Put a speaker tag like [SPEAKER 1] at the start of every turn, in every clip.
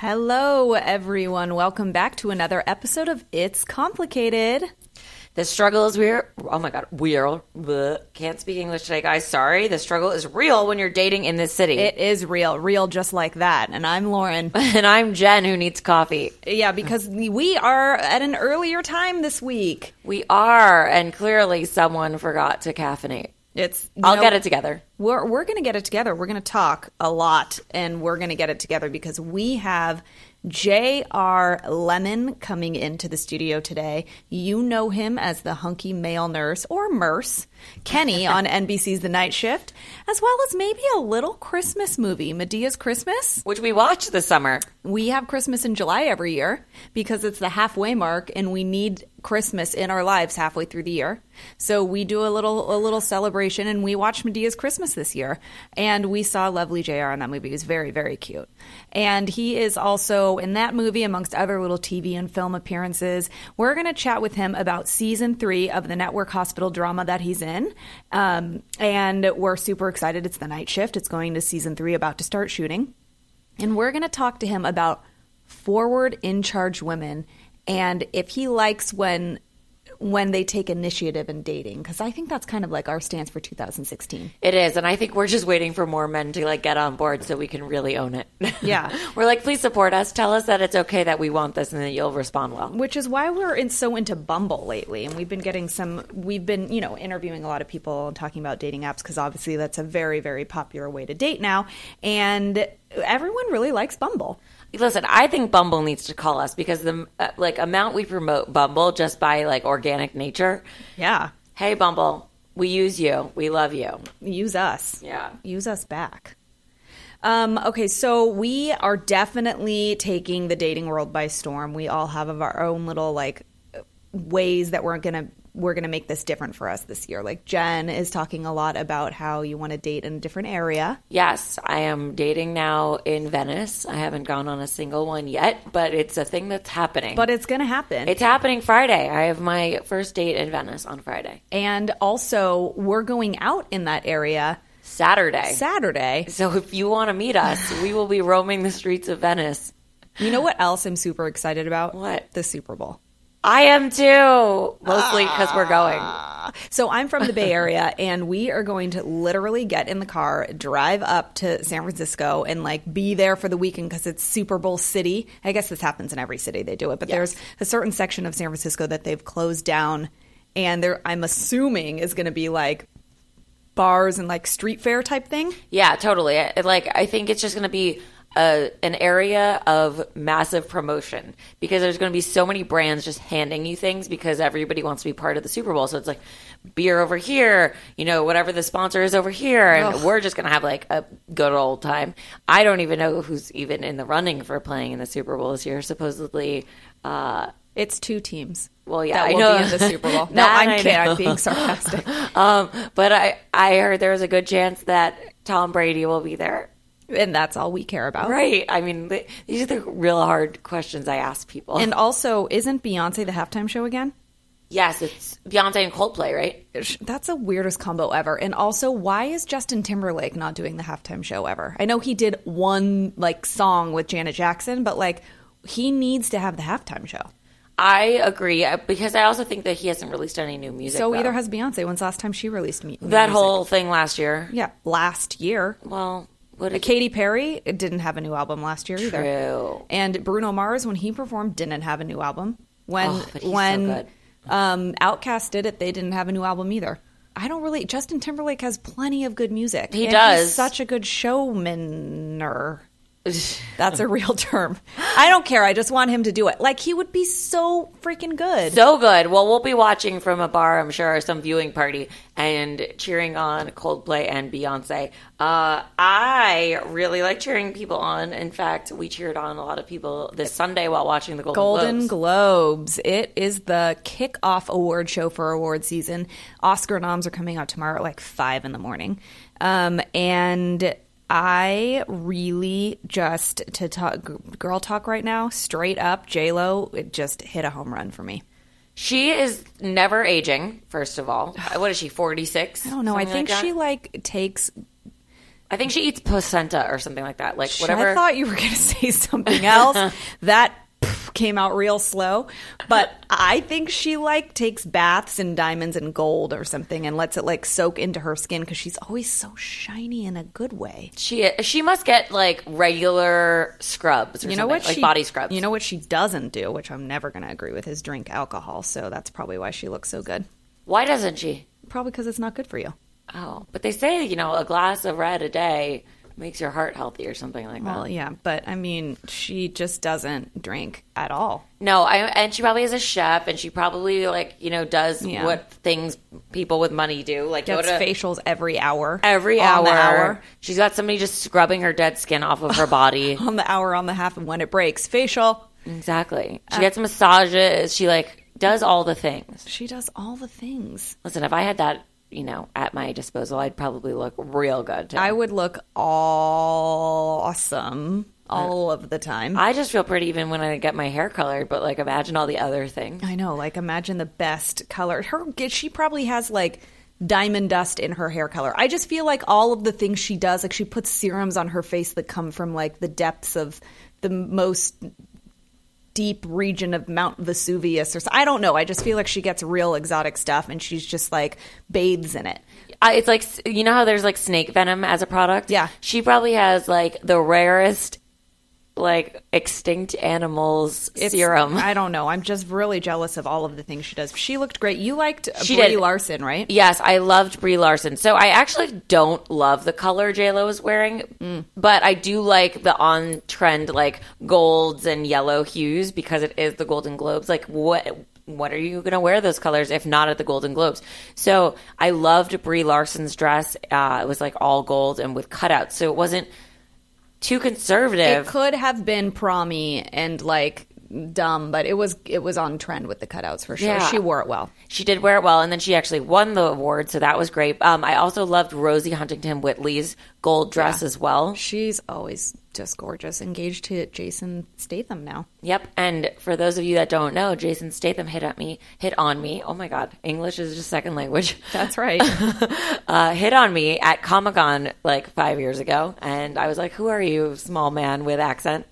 [SPEAKER 1] Hello, everyone. Welcome back to another episode of It's Complicated.
[SPEAKER 2] The struggle is we're oh my god we're bleh. can't speak English today, guys. Sorry. The struggle is real when you're dating in this city.
[SPEAKER 1] It is real, real just like that. And I'm Lauren.
[SPEAKER 2] and I'm Jen, who needs coffee.
[SPEAKER 1] yeah, because we are at an earlier time this week.
[SPEAKER 2] We are, and clearly someone forgot to caffeinate.
[SPEAKER 1] It's you
[SPEAKER 2] I'll
[SPEAKER 1] know,
[SPEAKER 2] get it together.
[SPEAKER 1] We're we're going to get it together. We're going to talk a lot and we're going to get it together because we have J.R. Lemon coming into the studio today. You know him as the hunky male nurse or Merce, Kenny on NBC's The Night Shift, as well as maybe a little Christmas movie, Medea's Christmas.
[SPEAKER 2] Which we watched this summer.
[SPEAKER 1] We have Christmas in July every year because it's the halfway mark and we need Christmas in our lives halfway through the year. So we do a little a little celebration and we watched Medea's Christmas this year and we saw lovely JR in that movie. He was very very cute. And he is also in that movie amongst other little TV and film appearances. We're going to chat with him about season 3 of the network hospital drama that he's in. Um, and we're super excited. It's the night shift. It's going to season 3 about to start shooting. And we're going to talk to him about forward in charge women and if he likes when when they take initiative in dating cuz I think that's kind of like our stance for 2016.
[SPEAKER 2] It is, and I think we're just waiting for more men to like get on board so we can really own it.
[SPEAKER 1] Yeah.
[SPEAKER 2] we're like, please support us. Tell us that it's okay that we want this, and that you'll respond well.
[SPEAKER 1] Which is why we're in so into Bumble lately and we've been getting some we've been, you know, interviewing a lot of people and talking about dating apps cuz obviously that's a very very popular way to date now and everyone really likes Bumble.
[SPEAKER 2] Listen, I think Bumble needs to call us because the uh, like amount we promote Bumble just by like organic nature.
[SPEAKER 1] Yeah.
[SPEAKER 2] Hey Bumble, we use you. We love you.
[SPEAKER 1] Use us.
[SPEAKER 2] Yeah.
[SPEAKER 1] Use us back. Um, okay, so we are definitely taking the dating world by storm. We all have of our own little like ways that we're gonna we're gonna make this different for us this year. Like Jen is talking a lot about how you want to date in a different area.
[SPEAKER 2] Yes, I am dating now in Venice. I haven't gone on a single one yet, but it's a thing that's happening.
[SPEAKER 1] But it's gonna happen.
[SPEAKER 2] it's happening Friday. I have my first date in Venice on Friday.
[SPEAKER 1] and also we're going out in that area
[SPEAKER 2] Saturday.
[SPEAKER 1] Saturday.
[SPEAKER 2] so if you want to meet us, we will be roaming the streets of Venice.
[SPEAKER 1] You know what else I'm super excited about?
[SPEAKER 2] What?
[SPEAKER 1] The Super Bowl.
[SPEAKER 2] I am too, mostly because we're going.
[SPEAKER 1] So I'm from the Bay Area, and we are going to literally get in the car, drive up to San Francisco, and like be there for the weekend because it's Super Bowl city. I guess this happens in every city they do it, but there's a certain section of San Francisco that they've closed down, and there I'm assuming is going to be like bars and like street fair type thing.
[SPEAKER 2] Yeah, totally. I, like I think it's just going to be a, an area of massive promotion because there's going to be so many brands just handing you things because everybody wants to be part of the Super Bowl. So it's like beer over here, you know, whatever the sponsor is over here, and we're just going to have like a good old time. I don't even know who's even in the running for playing in the Super Bowl this year. Supposedly, uh,
[SPEAKER 1] It's two teams.
[SPEAKER 2] well, yeah,
[SPEAKER 1] That
[SPEAKER 2] I
[SPEAKER 1] will
[SPEAKER 2] know
[SPEAKER 1] be in the Super Bowl. No,
[SPEAKER 2] That
[SPEAKER 1] I'm
[SPEAKER 2] I
[SPEAKER 1] kidding.
[SPEAKER 2] know.
[SPEAKER 1] I'm being sarcastic.
[SPEAKER 2] um, but I I heard there was a good chance that Tom Brady will be there.
[SPEAKER 1] and that's all we care about.
[SPEAKER 2] Right. I mean, th- these are the real hard questions I ask people.
[SPEAKER 1] And also, isn't Beyonce the halftime show again?
[SPEAKER 2] yes, it's Beyonce and Coldplay, right?
[SPEAKER 1] Sh- That's the weirdest combo ever. And also, why is Justin Timberlake not doing the halftime show ever? I know he did one like song with Janet Jackson, but like he needs to have the halftime show.
[SPEAKER 2] I agree uh, because I also think that he hasn't released any new music.
[SPEAKER 1] So
[SPEAKER 2] though.
[SPEAKER 1] either has Beyonce. When's the last time she released me?
[SPEAKER 2] that whole thing last year.
[SPEAKER 1] yeah last year.
[SPEAKER 2] Well, what is
[SPEAKER 1] Katy Perry didn't have a new album last year either.
[SPEAKER 2] true?
[SPEAKER 1] And Bruno Mars when he performed didn't have a new album. When
[SPEAKER 2] Oh, but he's so
[SPEAKER 1] when
[SPEAKER 2] good.
[SPEAKER 1] um Outcast did it, they didn't have a new album either. I don't really Justin Timberlake has plenty of good music.
[SPEAKER 2] He
[SPEAKER 1] And
[SPEAKER 2] does.
[SPEAKER 1] He's such a good showmaner. That's a real term. I don't care. I just want him to do it. Like he would be so freaking good.
[SPEAKER 2] So good. Well, we'll be watching from a bar, I'm sure, or some viewing party, and cheering on Coldplay and Beyonce. Uh, I really like cheering people on. In fact, we cheered on a lot of people this Sunday while watching the Golden,
[SPEAKER 1] Golden
[SPEAKER 2] Globes.
[SPEAKER 1] Globes. It is the kickoff award show for award season. Oscar noms are coming out tomorrow at like five in the morning. Um, and I really just to talk g- girl talk right now, straight up, J Lo it just hit a home run for me.
[SPEAKER 2] she is never aging. First of all, Uh, what is she? 46.
[SPEAKER 1] I don't know. Oh, I think she
[SPEAKER 2] Like
[SPEAKER 1] like "Ah." takes.
[SPEAKER 2] that? I think she eats placenta or something like that. Like
[SPEAKER 1] I
[SPEAKER 2] whatever.
[SPEAKER 1] thought you were going to say something else. that pff, came out real slow, but I think she like takes baths in diamonds and gold or something and lets it like soak into her skin because she's always so shiny in a good way.
[SPEAKER 2] she she must get like regular scrubs. Or
[SPEAKER 1] You know
[SPEAKER 2] something,
[SPEAKER 1] what?
[SPEAKER 2] Like
[SPEAKER 1] she,
[SPEAKER 2] body scrubs.
[SPEAKER 1] You know what she doesn't do, which I'm never going to agree with, is drink alcohol. So that's probably why she looks so good.
[SPEAKER 2] why doesn't she?
[SPEAKER 1] Probably because it's not good for you.
[SPEAKER 2] Oh, but they say you know a glass of red a day makes your heart healthy or something like that.
[SPEAKER 1] Well, yeah, but I mean, she just doesn't drink at all.
[SPEAKER 2] No, I and she probably is a chef, and she probably like you know does
[SPEAKER 1] Yeah.
[SPEAKER 2] what things people with money do, like go
[SPEAKER 1] Gets
[SPEAKER 2] to
[SPEAKER 1] facials every hour.
[SPEAKER 2] every
[SPEAKER 1] On
[SPEAKER 2] hour.
[SPEAKER 1] the hour.
[SPEAKER 2] She's got somebody just scrubbing her dead skin off of her body.
[SPEAKER 1] on the hour, on the half, and when it breaks. Facial.
[SPEAKER 2] exactly.
[SPEAKER 1] Uh,
[SPEAKER 2] She gets massages. She like does all the things.
[SPEAKER 1] She does all the things.
[SPEAKER 2] Listen, if I had that, you know, at my disposal, I'd probably look real good. Too.
[SPEAKER 1] I
[SPEAKER 2] I,
[SPEAKER 1] would look awesome all of the time. I,
[SPEAKER 2] just feel pretty even when I get my hair colored, but like imagine all the other things.
[SPEAKER 1] know, like imagine the best color. Her she probably has like diamond dust in her hair color. I just feel like all of the things she does, like she puts serums on her face that come from like the depths of the most deep region of Mount Vesuvius or so. I don't know. I just feel like she gets real exotic stuff and she's just like bathes in it.
[SPEAKER 2] I, it's like you know how there's like snake venom as a product.
[SPEAKER 1] Yeah.
[SPEAKER 2] she probably has like the rarest, like extinct animals
[SPEAKER 1] It's-
[SPEAKER 2] serum.
[SPEAKER 1] I don't know. I'm just really jealous of all of the things she does. She looked great. You liked
[SPEAKER 2] She
[SPEAKER 1] she Brie
[SPEAKER 2] did.
[SPEAKER 1] Larson, right?
[SPEAKER 2] yes, I loved Brie Larson. So I actually don't love the color J Lo is wearing, but I do like the on trend like golds and yellow hues because it is the Golden Globes. Like what? What are you going to wear those colors if not at the Golden Globes? So I loved Brie Larson's dress. Uh, it was like all gold and with cutouts, so it wasn't too
[SPEAKER 1] It
[SPEAKER 2] conservative.
[SPEAKER 1] could have been prommy and like dumb, but it was it was on trend with the cutouts for sure.
[SPEAKER 2] Yeah.
[SPEAKER 1] She wore it well.
[SPEAKER 2] She did wear it well, and then she actually won the award, so that was great. Um, I also loved Rosie Huntington Whitley's gold dress as well.
[SPEAKER 1] She's always just gorgeous. Engaged to Jason Statham now.
[SPEAKER 2] Yep. And for those of you that don't know, Jason Statham hit at me, hit on me. Oh my God, English is just second language.
[SPEAKER 1] That's right.
[SPEAKER 2] Uh, hit on me at Comic Con like five years ago, and I was like, "Who are you, small man with accent?"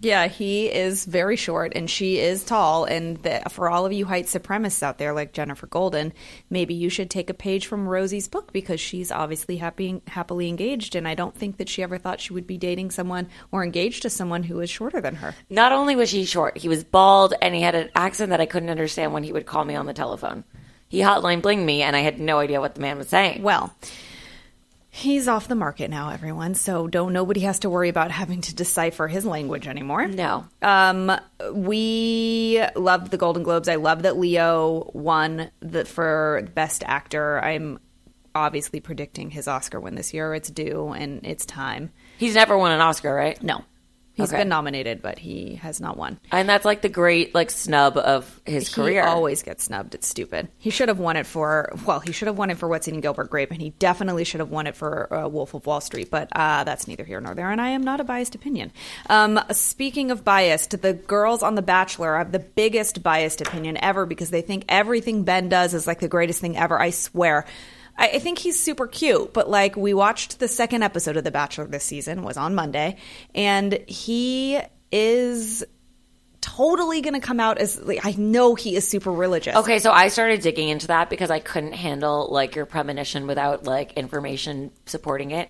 [SPEAKER 1] yeah, he is very short and she is tall. And the, for all of you height supremacists out there, like Jennifer Golden, maybe you should take a page from Rosie's book because she's obviously happy, happily engaged. And I don't think that she ever thought she would be dating someone or engaged to someone who is shorter than her.
[SPEAKER 2] Not only was he short, he was bald, and he had an accent that I couldn't understand when he would call me on the telephone. He hotline blinged me, and I had no idea what the man was saying.
[SPEAKER 1] Well, he's off the market now, everyone. So don't nobody has to worry about having to decipher his language anymore.
[SPEAKER 2] No. Uh,
[SPEAKER 1] Um, we loved the Golden Globes. I love that Leo won the for Best Actor. I'm obviously predicting his Oscar win this year. It's due and it's time.
[SPEAKER 2] He's never won an Oscar, right?
[SPEAKER 1] No, he's
[SPEAKER 2] Okay.
[SPEAKER 1] been nominated, but he has not won.
[SPEAKER 2] And that's like the great like snub of his career.
[SPEAKER 1] He always gets snubbed. It's stupid. He should have won it for well, he should have won it for What's Eating Gilbert Grape, and he definitely should have won it for uh, Wolf of Wall Street. But uh, that's neither here nor there, and I am not a biased opinion. Um, speaking of biased, the girls on The Bachelor have the biggest biased opinion ever because they think everything Ben does is like the greatest thing ever. I swear. I, I think he's super cute, but like we watched the second episode of The Bachelor this season was on Monday, and he is totally going to come out as like, I know he is super religious.
[SPEAKER 2] Okay, so I started digging into that because I couldn't handle like your premonition without like information supporting it.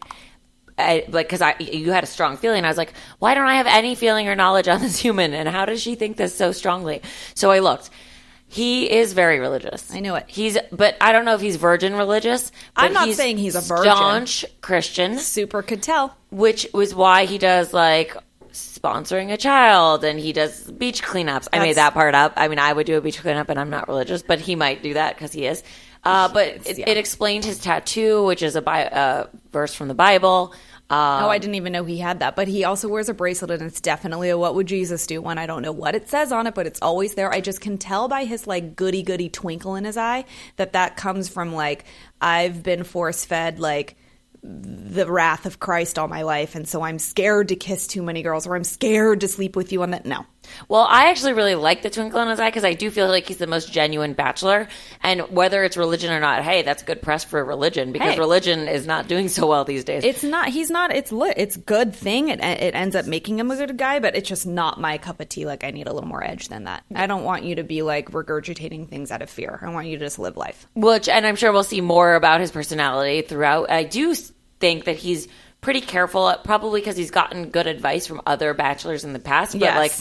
[SPEAKER 2] I, like, because I you had a strong feeling. I was like, why don't I have any feeling or knowledge on this human? And how does she think this so strongly? So I looked. He is very religious.
[SPEAKER 1] I knew it.
[SPEAKER 2] He's, but I don't know if he's virgin religious. but
[SPEAKER 1] I'm not saying he's a virgin.
[SPEAKER 2] Staunch Christian,
[SPEAKER 1] Super could tell.
[SPEAKER 2] which was why he does like sponsoring a child and he does beach cleanups. I made
[SPEAKER 1] That's-
[SPEAKER 2] that part up. I mean, I would do a beach cleanup, and I'm not religious, but he might do that because he is. Uh, but it,
[SPEAKER 1] yeah.
[SPEAKER 2] it explained his tattoo, which is a bi- uh, verse from the Bible. Uh,
[SPEAKER 1] oh, I didn't even know he had that. But he also wears a bracelet, and it's definitely a "What would Jesus do?" one. I don't know what it says on it, but it's always there. I just can tell by his like goody goody twinkle in his eye that that comes from like I've been force fed like the wrath of Christ all my life, and so I'm scared to kiss too many girls, or I'm scared to sleep with you on that. No,
[SPEAKER 2] Well, I actually really like the twinkle in his eye because I do feel like he's the most genuine bachelor. And whether it's religion or not, hey, that's good press for religion because
[SPEAKER 1] Hey.
[SPEAKER 2] religion is not doing so well these days.
[SPEAKER 1] it's not. He's not. It's lit. It's good thing. It it ends up making him a good guy, but it's just not my cup of tea. Like I need a little more edge than that. I don't want you to be like regurgitating things out of fear. I want you to just live life.
[SPEAKER 2] Which, and I'm sure we'll see more about his personality throughout. I do s- think that he's pretty careful, uh, probably because he's gotten good advice from other bachelors in the past. But
[SPEAKER 1] Yes.
[SPEAKER 2] like,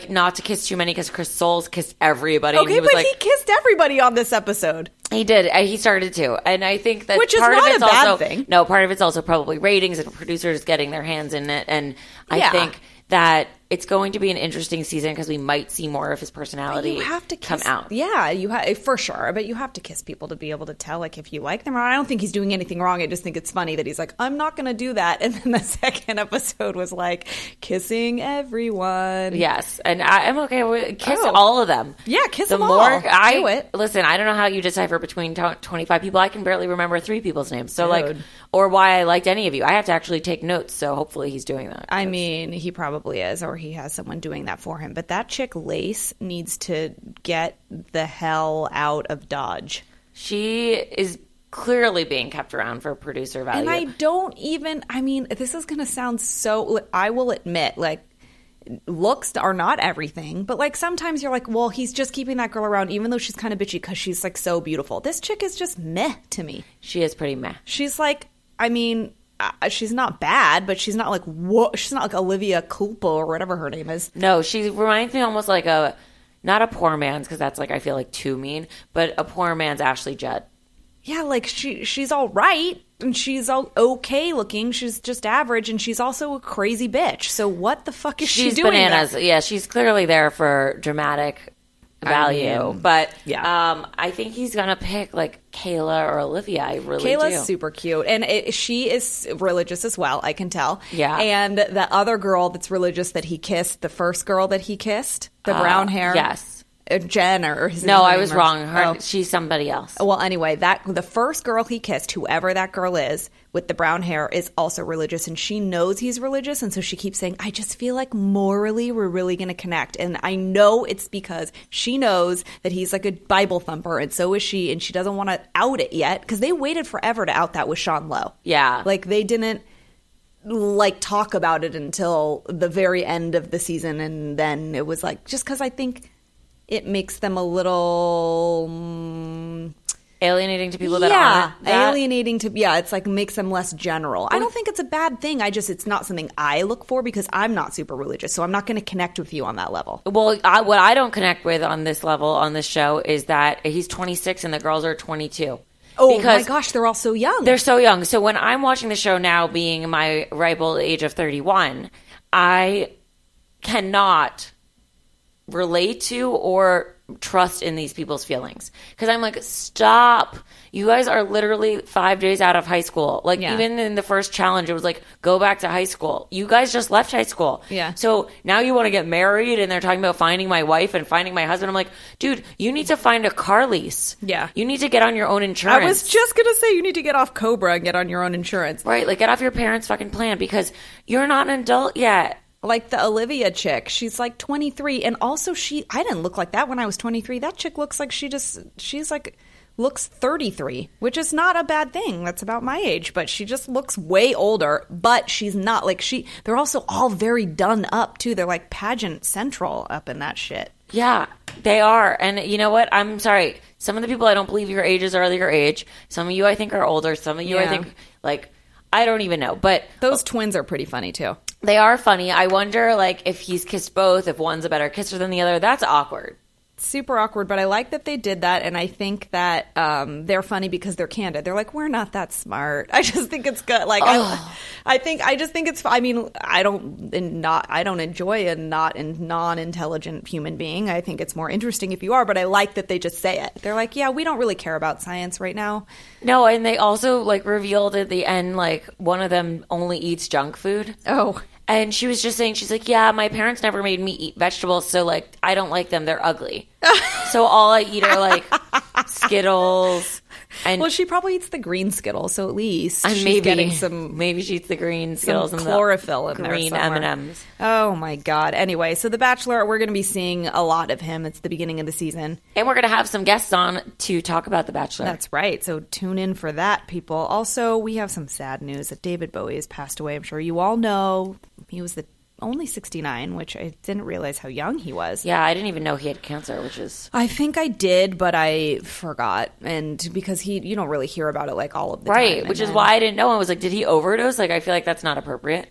[SPEAKER 2] like not to kiss too many because Chris Soules kissed everybody. and
[SPEAKER 1] Okay,
[SPEAKER 2] he was
[SPEAKER 1] but
[SPEAKER 2] like,
[SPEAKER 1] he kissed everybody on this episode.
[SPEAKER 2] He did. Uh, He started to, and I think that
[SPEAKER 1] Which is
[SPEAKER 2] part
[SPEAKER 1] not
[SPEAKER 2] of it's
[SPEAKER 1] a bad
[SPEAKER 2] also
[SPEAKER 1] thing.
[SPEAKER 2] no. Part of it's also probably ratings and producers getting their hands in it, and I
[SPEAKER 1] Yeah.
[SPEAKER 2] think that it's going to be an interesting season because we might see more of his personality.
[SPEAKER 1] You have to kiss,
[SPEAKER 2] come out.
[SPEAKER 1] Yeah, you ha- for sure. But you have to kiss people to be able to tell like if you like them or not. I don't think he's doing anything wrong. I just think it's funny that he's like, I'm not going to do that. And then the second episode was like kissing everyone.
[SPEAKER 2] Yes, and I, I'm okay with kiss
[SPEAKER 1] Oh.
[SPEAKER 2] all of them.
[SPEAKER 1] Yeah, kiss
[SPEAKER 2] the
[SPEAKER 1] them all.
[SPEAKER 2] more I
[SPEAKER 1] Do it.
[SPEAKER 2] listen. I don't know how you decipher between t- 25 people. I can barely remember three people's names. So like,
[SPEAKER 1] Dude.
[SPEAKER 2] or why I liked any of you. I have to actually take notes. So hopefully he's doing that.
[SPEAKER 1] I mean, he probably is, or he has someone doing that for him. But that chick Lace needs to get the hell out of Dodge.
[SPEAKER 2] she is clearly being kept around for producer value.
[SPEAKER 1] And I don't even, I mean, this is going to sound so, I will admit, like, looks are not everything, but like sometimes you're like, well, he's just keeping that girl around, even though she's kind of bitchy because she's like so beautiful. This chick is just meh to me.
[SPEAKER 2] She is pretty meh.
[SPEAKER 1] She's like, I mean, uh, she's not bad, but she's not like, whoa, she's not like Olivia Culpo or whatever her name is.
[SPEAKER 2] No, she reminds me almost like a not a poor man's because that's like I feel like too mean, but a poor man's Ashley Judd.
[SPEAKER 1] yeah, like she she's all right and she's all okay looking. She's just average and she's also a crazy bitch. So what the fuck is
[SPEAKER 2] She's
[SPEAKER 1] she doing? there?
[SPEAKER 2] bananas. Yeah, she's clearly there for dramatic value, but
[SPEAKER 1] yeah.
[SPEAKER 2] um, I think he's gonna pick like Kayla or Olivia. I really
[SPEAKER 1] Kayla's
[SPEAKER 2] do.
[SPEAKER 1] super cute, and it, she is religious as well. I can tell.
[SPEAKER 2] Yeah.
[SPEAKER 1] And the other girl that's religious that he kissed, the first girl that he kissed, the brown hair,
[SPEAKER 2] yes.
[SPEAKER 1] uh, Jen or his
[SPEAKER 2] no,
[SPEAKER 1] her
[SPEAKER 2] I
[SPEAKER 1] name
[SPEAKER 2] was
[SPEAKER 1] or-
[SPEAKER 2] wrong. Her,
[SPEAKER 1] oh.
[SPEAKER 2] she's somebody else.
[SPEAKER 1] Well, anyway, that the first girl he kissed, whoever that girl is, with the brown hair, is also religious, and she knows he's religious, and so she keeps saying, "I just feel like morally we're really going to connect," and I know it's because she knows that he's like a Bible thumper, and so is she, and she doesn't want to out it yet because they waited forever to out that with Sean Lowe.
[SPEAKER 2] Yeah.
[SPEAKER 1] like they didn't like talk about it until the very end of the season and then it was like just cuz I think it makes them a little mm,
[SPEAKER 2] Alienating to people that
[SPEAKER 1] yeah,
[SPEAKER 2] aren't that-
[SPEAKER 1] alienating to yeah, it's like makes them less general. I don't think it's a bad thing. I just it's not something I look for because I'm not super religious, so I'm not going to connect with you on that level.
[SPEAKER 2] Well, I, what I don't connect with on this level on this show is that he's 26 and the girls are 22.
[SPEAKER 1] Oh
[SPEAKER 2] Because
[SPEAKER 1] my gosh, they're all so young.
[SPEAKER 2] They're so young. So when I'm watching the show now, being my ripe old age of 31, I cannot relate to or trust in these people's feelings because I'm like, stop. You guys are literally five days out of high school. Like
[SPEAKER 1] Yeah.
[SPEAKER 2] even in the first challenge, it was like, go back to high school. You guys just left high school.
[SPEAKER 1] Yeah.
[SPEAKER 2] So now you want to get married and they're talking about finding my wife and finding my husband. I'm like, dude, you need to find a car lease.
[SPEAKER 1] Yeah.
[SPEAKER 2] You need to get on your own insurance.
[SPEAKER 1] I was just going to say you need to get off Cobra and get on your own insurance.
[SPEAKER 2] Right, like get off your parents' fucking plan because you're not an adult yet.
[SPEAKER 1] Like the Olivia chick, she's like 23 and also she I didn't look like that when I was 23. That chick looks like she just she's like looks 33, which is not a bad thing. That's about my age, but she just looks way older, but she's not like she they're also all very done up too. They're like pageant central up in that shit.
[SPEAKER 2] Yeah, they are. And you know what? I'm sorry. Some of the people I don't believe your ages are your age. Some of you I think are older. Some of you I
[SPEAKER 1] Yeah.
[SPEAKER 2] think like I don't even know. But
[SPEAKER 1] Those twins are pretty funny too.
[SPEAKER 2] they are funny. I wonder like if he's kissed both, if one's a better kisser than the other. That's awkward.
[SPEAKER 1] super awkward, but I like that they did that, and I think that um, they're funny because they're candid. They're like, we're not that smart. I just think it's good. Like,
[SPEAKER 2] Oh.
[SPEAKER 1] I, I think I just think it's. I mean, I don't and not I don't enjoy a not and non-intelligent human being. I think it's more interesting if you are, but I like that they just say it. They're like, yeah, we don't really care about science right now.
[SPEAKER 2] No, and they also like revealed at the end like one of them only eats junk food.
[SPEAKER 1] Oh.
[SPEAKER 2] And she was just saying, she's like, yeah, my parents never made me eat vegetables, so like I don't like them. They're ugly. so all I eat are like Skittles and,
[SPEAKER 1] Well, she probably eats the green skittle, so at least
[SPEAKER 2] and
[SPEAKER 1] she's
[SPEAKER 2] maybe
[SPEAKER 1] getting some
[SPEAKER 2] maybe she eats the green Skittles and the
[SPEAKER 1] chlorophyll in there
[SPEAKER 2] green M
[SPEAKER 1] somewhere.
[SPEAKER 2] and M's.
[SPEAKER 1] Oh my god. Anyway, so The Bachelor, we're going to be seeing a lot of him. It's the beginning of the season.
[SPEAKER 2] And we're gonna have some guests on to talk about The Bachelor.
[SPEAKER 1] That's right. So tune in for that, people. Also, we have some sad news that David Bowie has passed away. I'm sure you all know. He was the only 69, which I didn't realize how young he was.
[SPEAKER 2] yeah, I didn't even know he had cancer, which is
[SPEAKER 1] I think I did, but I forgot. And because he, you don't really hear about it like all of the time.
[SPEAKER 2] right,
[SPEAKER 1] And
[SPEAKER 2] which is
[SPEAKER 1] then-
[SPEAKER 2] why I didn't know. I was like, did he overdose? Like, I feel like that's not appropriate.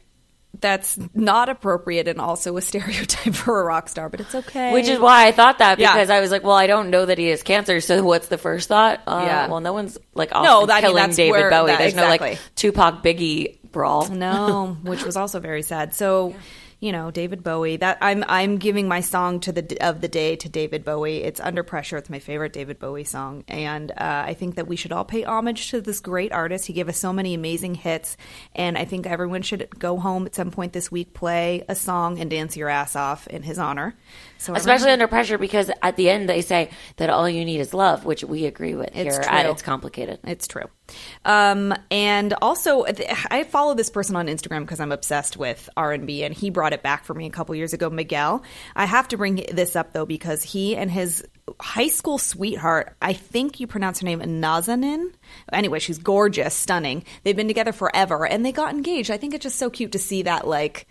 [SPEAKER 1] that's not appropriate and also a stereotype for a rock star, but it's okay.
[SPEAKER 2] Which is why I thought that
[SPEAKER 1] Yeah.
[SPEAKER 2] because I was like, well, I don't know that he has cancer, so what's the first thought? Uh,
[SPEAKER 1] Yeah.
[SPEAKER 2] Well, no one's like
[SPEAKER 1] No,
[SPEAKER 2] no,
[SPEAKER 1] that- I mean,
[SPEAKER 2] killing
[SPEAKER 1] that's
[SPEAKER 2] David
[SPEAKER 1] where-
[SPEAKER 2] Bowie.
[SPEAKER 1] that-
[SPEAKER 2] There's no
[SPEAKER 1] exactly. Mm-hmm.
[SPEAKER 2] like Tupac Biggie brawl.
[SPEAKER 1] No, which was also very sad. So, you know, David Bowie. That I'm I'm giving my song to the d- of the day to David Bowie. It's Under Pressure. It's my favorite David Bowie song, and uh, I think that we should all pay homage to this great artist. He gave us so many amazing hits, and I think everyone should go home at some point this week, play a song, and dance your ass off in his honor. So, everyone-
[SPEAKER 2] Especially under pressure because at the end they say that all you need is love, which we agree with
[SPEAKER 1] It's
[SPEAKER 2] here at
[SPEAKER 1] true.
[SPEAKER 2] It's Complicated.
[SPEAKER 1] It's true. Um, and also, th- I follow this person on Instagram because I'm obsessed with R&B, and he brought it back for me a couple years ago, Miguel. I have to bring this up, though, because he and his high school sweetheart, I think you pronounce her name Nazanin. Anyway, she's gorgeous, stunning. They've been together forever, and they got engaged. I think it's just so cute to see that, like,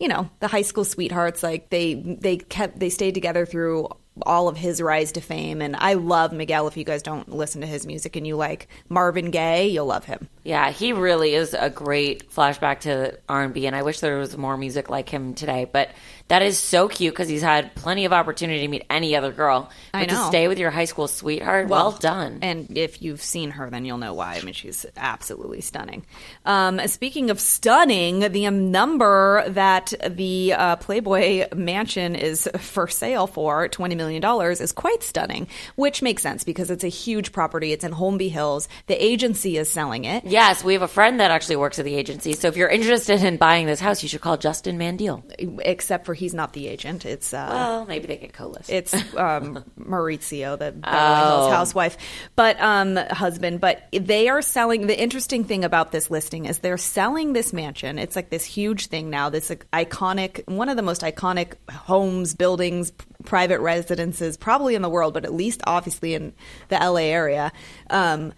[SPEAKER 1] you know the high school sweethearts like they they kept they stayed together through all of his rise to fame and i love miguel if you guys don't listen to his music and you like marvin gaye you'll love him
[SPEAKER 2] Yeah, he really is a great flashback to R&B and I wish there was more music like him today, but that is so cute cuz he's had plenty of opportunity to meet any other girl. But
[SPEAKER 1] I know.
[SPEAKER 2] to stay with your high school sweetheart, well, done.
[SPEAKER 1] and if you've seen her then you'll know why i mean she's absolutely stunning um, speaking of stunning the um, number that the uh, playboy mansion is for sale for $20 million is quite stunning which makes sense because it's a huge property it's in holmby hills the agency is selling it
[SPEAKER 2] Yes, we have a friend that actually works at the agency. So if you're interested in buying this house, you should call Justin Mandel.
[SPEAKER 1] except for he's not the agent. It's uh,
[SPEAKER 2] Well, maybe they could co-list.
[SPEAKER 1] it's um, Maurizio, the Beverly Hills housewife, but um, husband. But they are selling. The interesting thing about this listing is they're selling this mansion. It's like this huge thing now. This like, iconic, one of the most iconic homes, buildings, p- private residences, probably in the world, but at least obviously in the LA area. Um,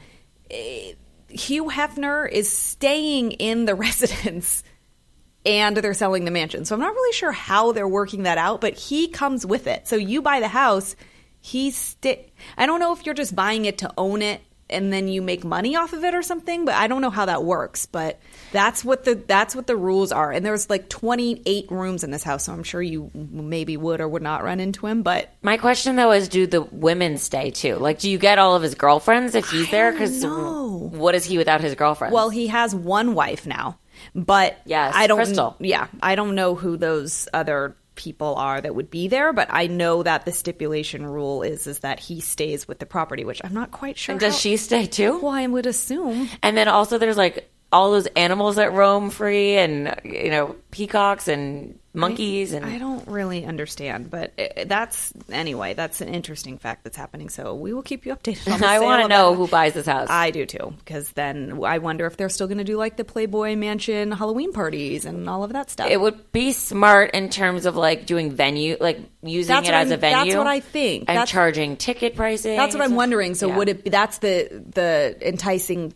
[SPEAKER 1] eh, Hugh Hefner is staying in the residence and they're selling the mansion. So I'm not really sure how they're working that out, but he comes with it. So you buy the house, he sti I don't know if you're just buying it to own it and then you make money off of it or something, but I don't know how that works, but that's what the that's what the rules are. And there's like 28 rooms in this house, so I'm sure you maybe would or would not run into him, but
[SPEAKER 2] My question though is, do the women stay too? Like, do you get all of his girlfriends if he's there? Because
[SPEAKER 1] know.
[SPEAKER 2] what is he without his girlfriend?
[SPEAKER 1] Well, he has one wife now, but
[SPEAKER 2] Yes,
[SPEAKER 1] I don't.
[SPEAKER 2] Crystal.
[SPEAKER 1] Yeah, I don't know who those other people are that would be there, but I know that the stipulation rule is is that he stays with the property, which I'm not quite sure.
[SPEAKER 2] and does
[SPEAKER 1] how-
[SPEAKER 2] she Mm. stay too?
[SPEAKER 1] Well, I would assume.
[SPEAKER 2] And then also, there's like all those animals that roam free, and you know, peacocks and monkeys, and
[SPEAKER 1] I don't really understand, but it, that's anyway. That's an interesting fact that's happening. So we will keep you updated. on the
[SPEAKER 2] I
[SPEAKER 1] sale
[SPEAKER 2] want to
[SPEAKER 1] of
[SPEAKER 2] know
[SPEAKER 1] that.
[SPEAKER 2] who buys this house.
[SPEAKER 1] I do too, because then I wonder if they're still going to do like the Playboy Mansion Halloween parties and all of that stuff.
[SPEAKER 2] it would be smart in terms of like doing venue, like using
[SPEAKER 1] That's
[SPEAKER 2] it
[SPEAKER 1] what
[SPEAKER 2] as a
[SPEAKER 1] I'm- that's
[SPEAKER 2] venue.
[SPEAKER 1] what I think.
[SPEAKER 2] And
[SPEAKER 1] That's-
[SPEAKER 2] charging ticket pricing.
[SPEAKER 1] That's what I'm wondering. So
[SPEAKER 2] Yeah.
[SPEAKER 1] would it be that's the the enticing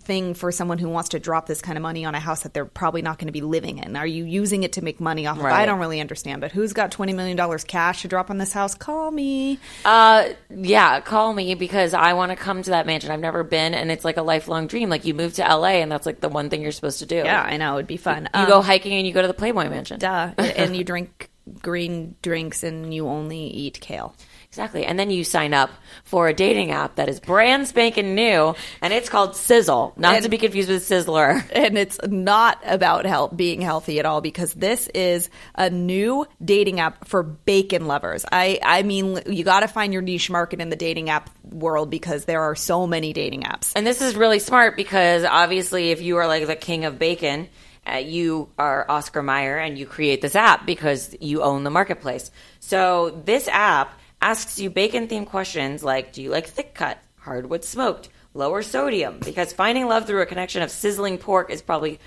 [SPEAKER 1] thing for someone who wants to drop this kind of money on a house that they're probably not going to be living in? Are you using it to make money off of? I
[SPEAKER 2] Right.
[SPEAKER 1] don't really understand, but who's got 20 million dollars cash to drop on this house? Call me.
[SPEAKER 2] Uh, yeah, call me because I want to come to that mansion. I've never been, and it's like a lifelong dream. Like you move to LA, and that's like the one thing you're supposed to do.
[SPEAKER 1] Yeah, I know it'd be fun.
[SPEAKER 2] you go hiking and you go to the Playboy Mansion.
[SPEAKER 1] duh, and you drink green drinks and you only eat kale.
[SPEAKER 2] Exactly. And then you sign up for a dating app that is brand spanking new and it's called Sizzle, not
[SPEAKER 1] And-
[SPEAKER 2] to be confused with Sizzler.
[SPEAKER 1] and it's not about help being healthy at all because this is a new dating app for bacon lovers. I I mean you got to find your niche market in the dating app world because there are so many dating apps.
[SPEAKER 2] And this is really smart because obviously, if you are like the king of bacon, uh, you are Oscar Mayer and you create this app because you own the marketplace. So this app asks you bacon themed questions like Do you like thick cut, hardwood smoked, lower sodium? Because finding love through a connection of sizzling pork is probably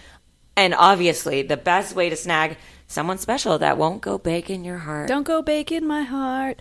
[SPEAKER 2] and obviously the best way to snag someone special that won't go bacon your heart.
[SPEAKER 1] Don't go bacon my heart.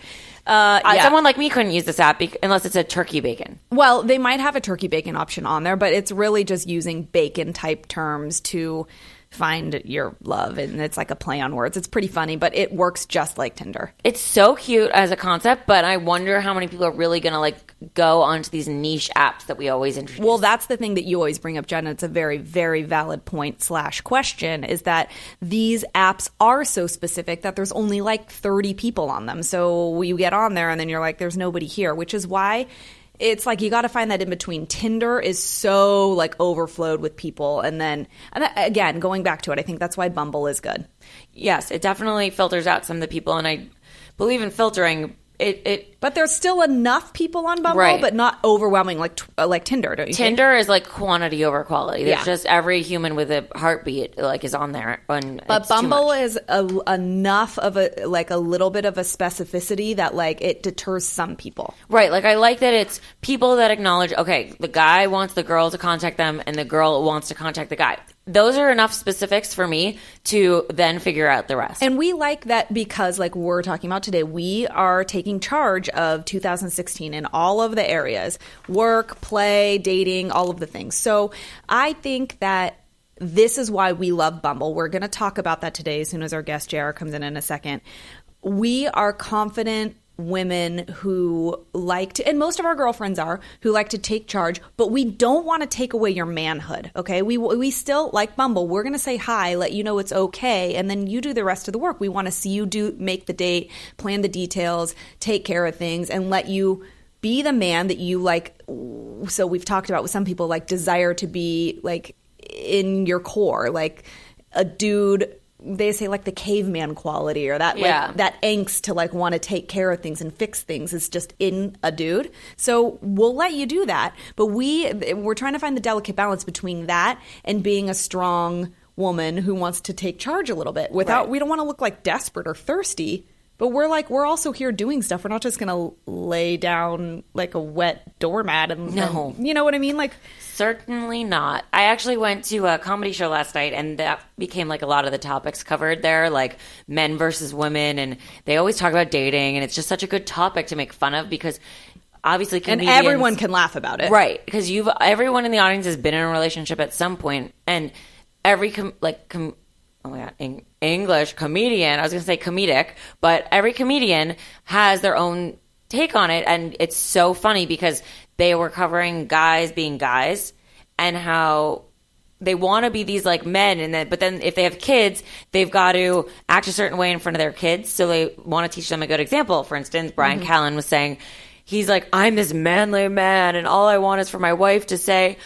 [SPEAKER 1] Uh,
[SPEAKER 2] Uh,
[SPEAKER 1] yeah.
[SPEAKER 2] Someone like me couldn't use this app bec- unless it's a turkey bacon.
[SPEAKER 1] well, they might have a turkey bacon option on there, but it's really just using bacon type terms to find your love and it's like a play on words. It's pretty funny, but it works just like Tinder.
[SPEAKER 2] It's so cute as a concept, but I wonder how many people are really going to like go onto these niche apps that we always introduce.
[SPEAKER 1] Well, that's the thing that you always bring up, Jen. and It's a very, very valid point slash question is that these apps are so specific that there's only like 30 people on them. So you get on there and then you're like, there's nobody here, which is why it's like you got to find that in between. Tinder is so like overflowed with people. And then, and I- again, going back to it, I think that's why Bumble is good.
[SPEAKER 2] yes, it definitely filters out some of the people, and I believe in filtering. It, it
[SPEAKER 1] But there's still enough people on Bumble,
[SPEAKER 2] Right.
[SPEAKER 1] but not overwhelming like tw- uh, like Tinder, don't you think?
[SPEAKER 2] Tinder is like quantity over quality. There's
[SPEAKER 1] Yeah.
[SPEAKER 2] just every human with a heartbeat like is on there. And
[SPEAKER 1] But
[SPEAKER 2] it's too
[SPEAKER 1] Bumble
[SPEAKER 2] much.
[SPEAKER 1] is a, enough of a like a little bit of a specificity that like it deters some people.
[SPEAKER 2] Right. Like, I like that it's people that acknowledge, okay, the guy wants the girl to contact them and the girl wants to contact the guy. Those are enough specifics for me to then figure out the rest.
[SPEAKER 1] And we like that because like we're talking about today, we are taking charge of 2016 in all of the areas. Work, play, dating, all of the things. So, I think that this is why we love Bumble. We're going to talk about that today as soon as our guest JR comes in in a second. We are confident women who like to and most of our girlfriends are who like to take charge but we don't want to take away your manhood okay we we still like bumble we're going to say hi let you know it's okay and then you do the rest of the work we want to see you do make the date plan the details take care of things and let you be the man that you like so we've talked about with some people like desire to be like in your core like a dude they say like the caveman quality or that
[SPEAKER 2] Yeah.
[SPEAKER 1] like that angst to like want to take care of things and fix things is just in a dude so we'll let you do that but we we're trying to find the delicate balance between that and being a strong woman who wants to take charge a little bit without
[SPEAKER 2] Right.
[SPEAKER 1] we don't want to look like desperate or thirsty but we're like we're also here doing stuff we're not just gonna lay down like a wet doormat and
[SPEAKER 2] No.
[SPEAKER 1] and- you know what i mean like
[SPEAKER 2] Certainly not. I actually went to a comedy show last night, and that became like a lot of the topics covered there, like men versus women, and they always talk about dating, and it's just such a good topic to make fun of because obviously,
[SPEAKER 1] and
[SPEAKER 2] comedians,
[SPEAKER 1] everyone can laugh about it
[SPEAKER 2] right? Because you've everyone in the audience has been in a relationship at some point, and every com- like com- oh my god, Eng- English comedian. I was gonna say comedic, but every comedian has their own take on it, and it's so funny because they were covering guys being guys and how they want to be these like men and then but then if they have kids they've got to act a certain way in front of their kids so they want to teach them a good example for instance brian callen was saying he's like i'm this manly man and all i want is for my wife to say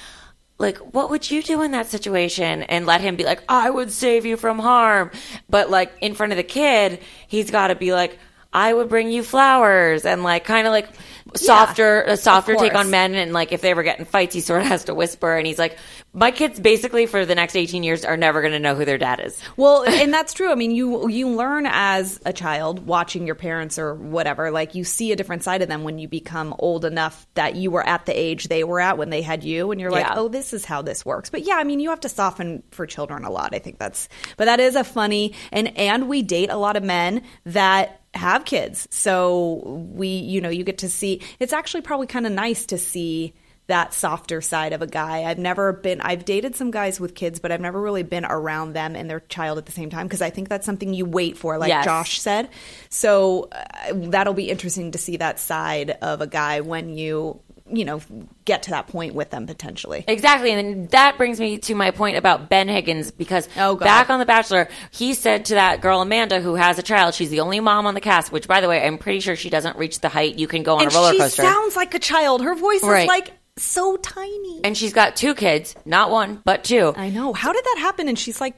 [SPEAKER 2] like what would you do in that situation and let him be like i would save you from harm but like in front of the kid he's got to be like i would bring you flowers and like kind of like softer a softer take
[SPEAKER 1] course.
[SPEAKER 2] on men men and like if they ever get in fights he sort of has to whisper and he's like my kids basically for the next 18 years are never going to know who their dad is
[SPEAKER 1] Well, and that's true. I mean, you you learn as a child watching your parents or whatever. Like you see a different side of them when you become old enough that you were at the age they were at when they had you, and you're like,
[SPEAKER 2] Yeah.
[SPEAKER 1] oh, this is how this works. But yeah, I mean, you have to soften for children a lot. I think that's, but that is a funny and and we date a lot of men that have kids, so we you know you get to see. It's actually probably kind of nice to see that softer side of a guy. I've never been I've dated some guys with kids, but I've never really been around them and their child at the same time because I think that's something you wait for like
[SPEAKER 2] Yes.
[SPEAKER 1] Josh said. So uh, that'll be interesting to see that side of a guy when you you know, get to that point with them potentially.
[SPEAKER 2] Exactly. And then that brings me to my point about Ben Higgins because
[SPEAKER 1] Oh, God.
[SPEAKER 2] back on The Bachelor, he said to that girl, Amanda, who has a child, she's the only mom on the cast, which, by the way, I'm pretty sure she doesn't reach the height you can go on
[SPEAKER 1] and
[SPEAKER 2] a roller
[SPEAKER 1] she
[SPEAKER 2] coaster.
[SPEAKER 1] sounds like a child. Her voice
[SPEAKER 2] Right.
[SPEAKER 1] is like so tiny.
[SPEAKER 2] and she's got two kids, not one, but two.
[SPEAKER 1] I know. How did that happen? And she's like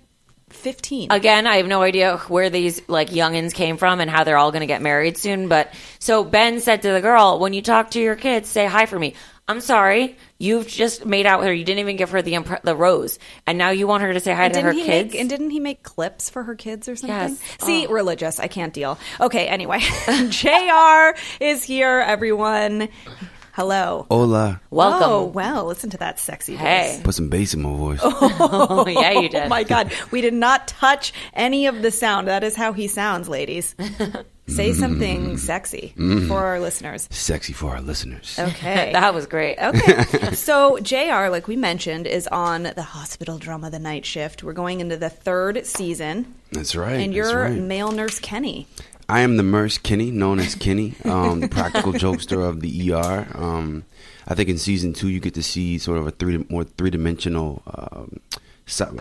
[SPEAKER 1] 15.
[SPEAKER 2] Again, I have no idea where these like youngins came from and how they're all going to get married soon. But so Ben said to the girl, when you talk to your kids, say hi for me. I'm sorry, you've just made out with her. You didn't even give her the impre- the rose, and now you want her to say hi to
[SPEAKER 1] didn't
[SPEAKER 2] her
[SPEAKER 1] he
[SPEAKER 2] kids.
[SPEAKER 1] make and didn't he make clips for her kids or something?
[SPEAKER 2] Yes. Oh.
[SPEAKER 1] See, religious, I can't deal. Okay, anyway. JR is here, everyone. Hello.
[SPEAKER 3] Hola.
[SPEAKER 2] Welcome.
[SPEAKER 1] Oh, wow, listen to that sexy voice.
[SPEAKER 2] Hey.
[SPEAKER 3] Put some bass in my voice.
[SPEAKER 2] Oh, yeah, you did.
[SPEAKER 1] Oh my god, we did not touch any of the sound. That is how he sounds, ladies. Say something sexy
[SPEAKER 2] Mm.
[SPEAKER 1] for our listeners.
[SPEAKER 3] Sexy for our listeners.
[SPEAKER 1] Okay.
[SPEAKER 2] That was great.
[SPEAKER 1] Oh. Okay. so, JR, like we mentioned, is on the hospital drama The Night Shift. We're going into the third season,
[SPEAKER 3] That's right.
[SPEAKER 1] and
[SPEAKER 3] that's
[SPEAKER 1] you're
[SPEAKER 3] right.
[SPEAKER 1] male nurse Kenny.
[SPEAKER 3] I am the Merce Kinney, known as Kinney, um, the practical jokester of the ER. Um, I think in season two you get to see sort of a three more three dimensional, um, so-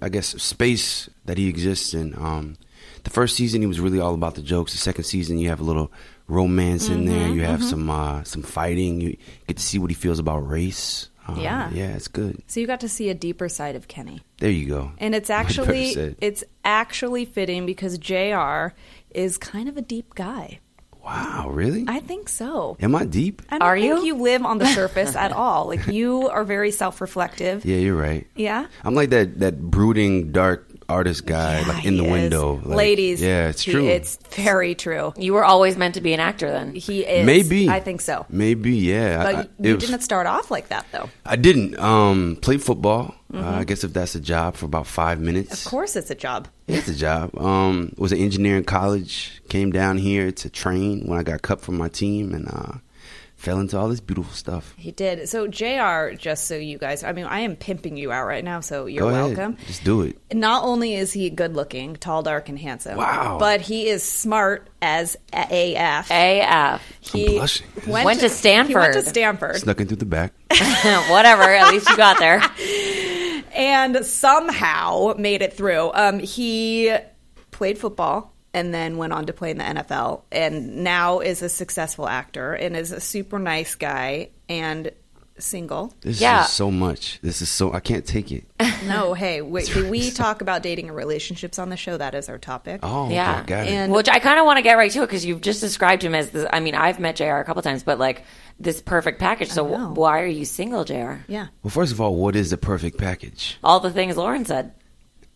[SPEAKER 3] I guess, space that he exists in. Um, the first season he was really all about the jokes. The second season you have a little romance in there.
[SPEAKER 1] Mm-hmm,
[SPEAKER 3] You have some uh, some fighting. You get to see what he feels about race. Um,
[SPEAKER 1] Yeah.
[SPEAKER 3] yeah, it's good.
[SPEAKER 1] So you got to see a deeper side of Kenny.
[SPEAKER 3] There you go.
[SPEAKER 1] And it's
[SPEAKER 3] Much better
[SPEAKER 1] actually
[SPEAKER 3] said.
[SPEAKER 1] it's actually fitting because JR is kind of a deep guy.
[SPEAKER 3] wow, really?
[SPEAKER 1] I think so.
[SPEAKER 3] Am I deep?
[SPEAKER 1] I don't
[SPEAKER 2] Are
[SPEAKER 1] think
[SPEAKER 2] you?
[SPEAKER 1] you live on the surface at all. Like you are very self-reflective.
[SPEAKER 3] Yeah, you're right.
[SPEAKER 1] Yeah?
[SPEAKER 3] I'm like that that brooding dark artist guy,
[SPEAKER 1] Yeah,
[SPEAKER 3] like in the
[SPEAKER 1] Ah, he is.
[SPEAKER 3] window. Like,
[SPEAKER 1] Ladies,
[SPEAKER 3] Yeah, it's
[SPEAKER 1] he-
[SPEAKER 3] true.
[SPEAKER 1] It's very true.
[SPEAKER 2] You were always meant to be an actor then.
[SPEAKER 1] He is.
[SPEAKER 3] Maybe
[SPEAKER 1] I think so.
[SPEAKER 3] Maybe yeah.
[SPEAKER 1] But
[SPEAKER 3] I, I- it
[SPEAKER 1] you
[SPEAKER 3] was-
[SPEAKER 1] didn't start off like that, though.
[SPEAKER 3] I didn't. Um, play football. Uh, I guess if that's a job for about five minutes.
[SPEAKER 1] Mm-hmm. Of course, it's a job.
[SPEAKER 3] Yeah, it's a job. Um, was an engineer in college. Came down here to train when I got cut from my team and uh, fell into all this beautiful stuff.
[SPEAKER 1] He did. So, JR, just so you guys, I mean, I am pimping you out right now, so you're
[SPEAKER 3] Go ahead.
[SPEAKER 1] welcome.
[SPEAKER 3] Just do it.
[SPEAKER 1] Not only is he good looking, tall, dark, and handsome,
[SPEAKER 3] Wow.
[SPEAKER 1] but he is smart as a- AF.
[SPEAKER 2] AF.
[SPEAKER 1] He
[SPEAKER 3] blushing.
[SPEAKER 2] Went to
[SPEAKER 1] He went to
[SPEAKER 2] Stanford.
[SPEAKER 1] Stanford.
[SPEAKER 3] Snuck in through the back.
[SPEAKER 2] Whatever. At least you got there.
[SPEAKER 1] and somehow made it through. Um, he played football and then went on to play in the NFL and now is a successful actor and is a super nice guy and single.
[SPEAKER 3] This
[SPEAKER 2] Yeah.
[SPEAKER 3] is so much. This is so. I can't take it.
[SPEAKER 1] No, hey, we, we talk about dating and relationships on the show. That is our topic.
[SPEAKER 3] Oh, okay,
[SPEAKER 2] Yeah.
[SPEAKER 3] got it.
[SPEAKER 1] And-
[SPEAKER 2] Which I kind of want to get right to it because you've just described him as this. I mean, I've met JR a couple times, but like this perfect package. So
[SPEAKER 1] know.
[SPEAKER 2] wh- why are you single, JR?
[SPEAKER 1] Yeah.
[SPEAKER 3] well, first of all, what is the perfect package?
[SPEAKER 2] All the things Lauren said.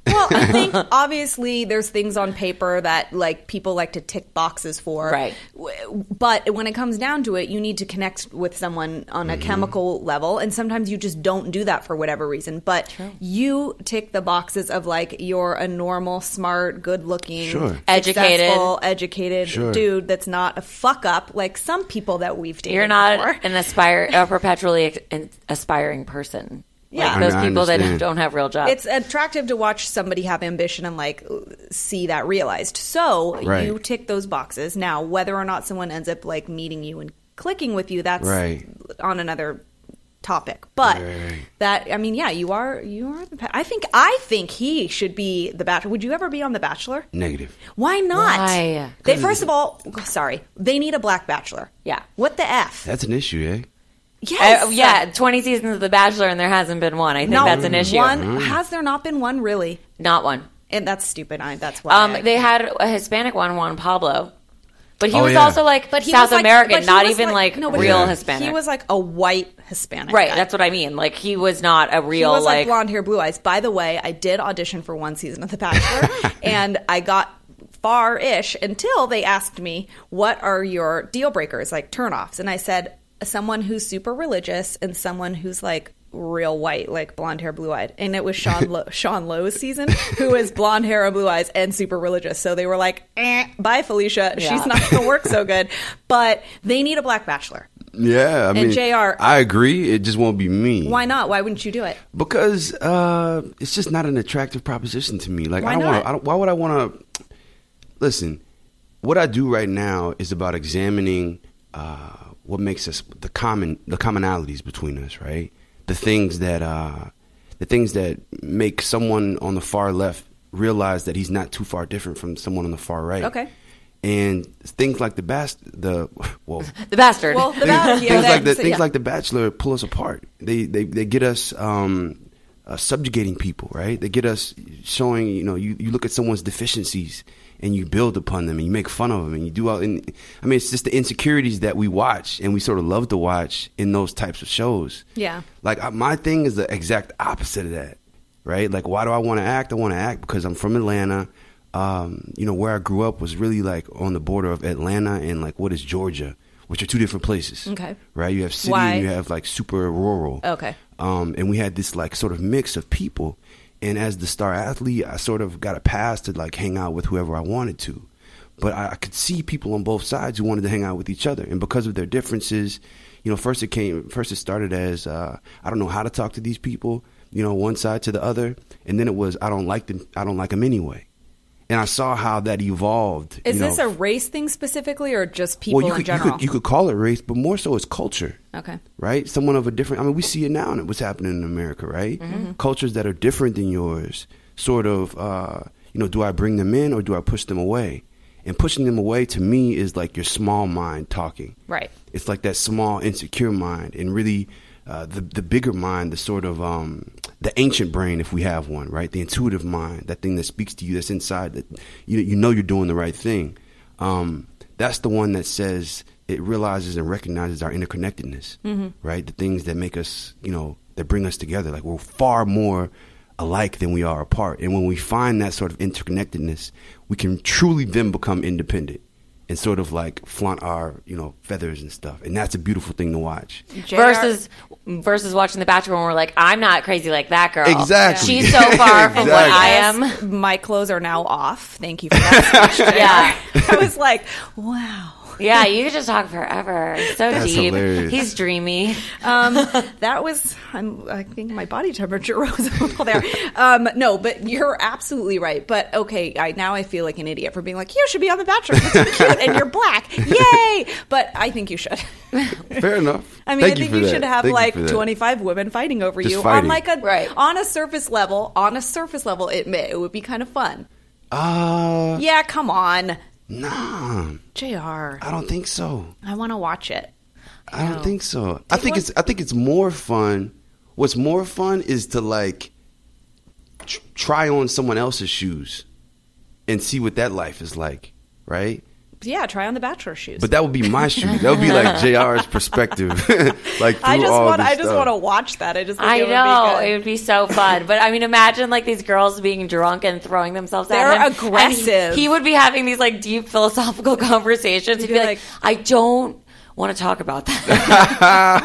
[SPEAKER 1] Well, I think obviously there's things on paper that like people like to tick boxes for.
[SPEAKER 2] Right.
[SPEAKER 1] W- But when it comes down to it, you need to connect with someone on
[SPEAKER 3] Mm-hmm.
[SPEAKER 1] a chemical level and sometimes you just don't do that for whatever reason. But you tick the boxes of like you're a normal, smart, good-looking,
[SPEAKER 3] Sure.
[SPEAKER 2] Educated.
[SPEAKER 1] successful, educated
[SPEAKER 3] Sure.
[SPEAKER 1] dude that's not a fuck up like some people that we've dated.
[SPEAKER 2] You're not
[SPEAKER 1] before.
[SPEAKER 2] an aspire a perpetually ex- an aspiring person.
[SPEAKER 1] Yeah. I
[SPEAKER 2] Like those
[SPEAKER 3] mean, I
[SPEAKER 2] people that
[SPEAKER 3] understand.
[SPEAKER 2] don't have real jobs.
[SPEAKER 1] it's attractive to watch somebody have ambition and like see that realized. So
[SPEAKER 3] Right.
[SPEAKER 1] you tick those boxes. Now, whether or not someone ends up like meeting you and clicking with you, that's
[SPEAKER 3] Right.
[SPEAKER 1] on another topic. But
[SPEAKER 3] Right.
[SPEAKER 1] that I mean, yeah, you are you are the. pa- I think I think he should be the bachelor. Would you ever be on the Bachelor?
[SPEAKER 3] Negative.
[SPEAKER 1] Why not?
[SPEAKER 2] Why?
[SPEAKER 1] They first of all, sorry, they need a black bachelor.
[SPEAKER 2] Yeah.
[SPEAKER 1] What the f?
[SPEAKER 3] That's an issue, eh?
[SPEAKER 1] Yes.
[SPEAKER 2] Uh, yeah, 20 seasons of The Bachelor and there hasn't been one. I think that's an issue.
[SPEAKER 1] One
[SPEAKER 3] Mm-hmm.
[SPEAKER 1] has there not been one really?
[SPEAKER 2] Not one.
[SPEAKER 1] And that's stupid. I, that's why. I-
[SPEAKER 2] Um, they had a Hispanic one, Juan Pablo, but he
[SPEAKER 3] Oh,
[SPEAKER 2] was
[SPEAKER 3] yeah.
[SPEAKER 2] also like
[SPEAKER 1] But he
[SPEAKER 2] South
[SPEAKER 1] was like-
[SPEAKER 2] American,
[SPEAKER 1] but he
[SPEAKER 2] not
[SPEAKER 1] was
[SPEAKER 2] even like,
[SPEAKER 1] but
[SPEAKER 2] real
[SPEAKER 1] he,
[SPEAKER 2] Hispanic.
[SPEAKER 1] He was like a white Hispanic,
[SPEAKER 2] right.
[SPEAKER 1] guy.
[SPEAKER 2] That's what I mean. Like he was not a
[SPEAKER 1] He
[SPEAKER 2] real
[SPEAKER 1] was like,
[SPEAKER 2] like,
[SPEAKER 1] blonde hair, blue eyes. By the way, I did audition for one season of The Bachelor, and I got far ish until they asked me, "What are your deal breakers, like turnoffs?" And I said, "Someone who's super religious and someone who's like." Real white, like blonde hair, blue eyed, and it was Sean Lo- Sean Lowe's season, who is blonde hair and blue eyes and super religious. So they were like, eh, "Bye, Felicia.
[SPEAKER 2] Yeah.
[SPEAKER 1] She's not going to work so good." But they need a black bachelor.
[SPEAKER 3] Yeah, I mean,
[SPEAKER 1] JR
[SPEAKER 3] I agree. It just won't be me.
[SPEAKER 1] Why not? Why wouldn't you do it?
[SPEAKER 3] Because uh, it's just not an attractive proposition to me. Like,
[SPEAKER 1] Why
[SPEAKER 3] I don't
[SPEAKER 1] not?
[SPEAKER 3] want. to Why would I want to? Listen, what I do right now is about examining uh, what makes us the common the commonalities between us, right? The things that uh, the things that make someone on the far left realize that he's not too far different from someone on the far right.
[SPEAKER 1] Okay.
[SPEAKER 3] And things like the bast the well
[SPEAKER 2] The bastard.
[SPEAKER 1] Well, the
[SPEAKER 3] things,
[SPEAKER 1] ballot, yeah,
[SPEAKER 3] things
[SPEAKER 1] that-
[SPEAKER 3] like the
[SPEAKER 1] so,
[SPEAKER 3] things
[SPEAKER 1] yeah.
[SPEAKER 3] like the Bachelor pull us apart. They they they get us um, uh, subjugating people, right? They get us showing you know you, you look at someone's deficiencies and you build upon them and you make fun of them and you do all. And I mean, it's just the insecurities that we watch and we sort of love to watch in those types of shows.
[SPEAKER 1] Yeah.
[SPEAKER 3] like I, my thing is the exact opposite of that, right? Like, why do I want to act? I want to act because I'm from Atlanta. Um, you know, where I grew up was really like on the border of Atlanta and like what is Georgia, which are two different places.
[SPEAKER 1] Okay.
[SPEAKER 3] Right? You have city
[SPEAKER 1] Why?
[SPEAKER 3] and you have like super rural.
[SPEAKER 1] Okay.
[SPEAKER 3] Um, and we had this like sort of mix of people. And as the star athlete, I sort of got a pass to like hang out with whoever I wanted to. But I, I could see people on both sides who wanted to hang out with each other. And because of their differences, you know, first it came, first it started as uh, I don't know how to talk to these people, you know, one side to the other. And then it was I don't like them, I don't like them anyway. And I saw how that evolved.
[SPEAKER 1] Is
[SPEAKER 3] you know,
[SPEAKER 1] this a race thing specifically, or just people
[SPEAKER 3] you
[SPEAKER 1] in
[SPEAKER 3] could,
[SPEAKER 1] general?
[SPEAKER 3] You could, you could call it race, but more so it's culture.
[SPEAKER 1] Okay.
[SPEAKER 3] Right? Someone of a different, I mean, we see it now and what's happening in America, right? Cultures that are different than yours, sort of, uh, you know, do I bring them in or do I push them away? And pushing them away to me is like your small mind talking.
[SPEAKER 1] Right.
[SPEAKER 3] It's like that small, insecure mind and really uh, the, the bigger mind, the sort of, um, the ancient brain, if we have one, right? The intuitive mind, that thing that speaks to you, that's inside, that you, you know you're doing the right thing um, that's the one that says it realizes and recognizes our interconnectedness, right? The things that make us, you know, that bring us together. Like we're far more alike than we are apart. And when we find that sort of interconnectedness, we can truly then become independent and sort of like flaunt our, you know, feathers and stuff. And that's a beautiful thing to watch.
[SPEAKER 1] JR
[SPEAKER 2] versus versus watching The Bachelor, when we're like, I'm not crazy like that girl.
[SPEAKER 3] Exactly.
[SPEAKER 2] She's so far from what I
[SPEAKER 1] Yes,
[SPEAKER 2] am.
[SPEAKER 1] Um, My clothes are now off. Thank you for that. speech, JR.
[SPEAKER 2] Yeah.
[SPEAKER 1] I was like, wow.
[SPEAKER 2] Yeah, you could just talk forever. It's so deep.
[SPEAKER 3] hilarious.
[SPEAKER 2] He's dreamy.
[SPEAKER 1] That was, I'm, I think my body temperature rose a little there. Um, no, but you're absolutely right. But okay, I, now I feel like an idiot for being like, you should be on The Bachelor. It's so cute, and you're black. Yay! But I think you should.
[SPEAKER 3] Fair enough.
[SPEAKER 1] I mean, I think you, should have like 25 women fighting over
[SPEAKER 3] Just
[SPEAKER 1] you on
[SPEAKER 3] fighting.
[SPEAKER 1] like a
[SPEAKER 2] Right.
[SPEAKER 1] on a surface level. On a surface level, admit it would be kind of fun.
[SPEAKER 3] Uh,
[SPEAKER 1] Yeah, come on,
[SPEAKER 3] nah,
[SPEAKER 1] Jr. I
[SPEAKER 3] I don't think so.
[SPEAKER 1] want to watch it.
[SPEAKER 3] I don't think so. I think it's I think it's more fun. What's more fun is to like tr- try on someone else's shoes and see what that life is like, right?
[SPEAKER 1] Yeah, try on the Bachelor shoes.
[SPEAKER 3] But that would be my shoes. That would be like Jr's perspective, like through
[SPEAKER 1] I just
[SPEAKER 3] all
[SPEAKER 1] want
[SPEAKER 3] this
[SPEAKER 1] I just
[SPEAKER 3] stuff.
[SPEAKER 1] want to watch that. I just think
[SPEAKER 2] I
[SPEAKER 1] it would be
[SPEAKER 2] know.
[SPEAKER 1] good.
[SPEAKER 2] It would be so fun. But I mean, imagine like these girls being drunk and throwing themselves
[SPEAKER 1] They're
[SPEAKER 2] at him.
[SPEAKER 1] aggressive.
[SPEAKER 2] And he, he would be having these like deep philosophical conversations. He'd be like,
[SPEAKER 1] like-
[SPEAKER 2] I don't want to talk about that.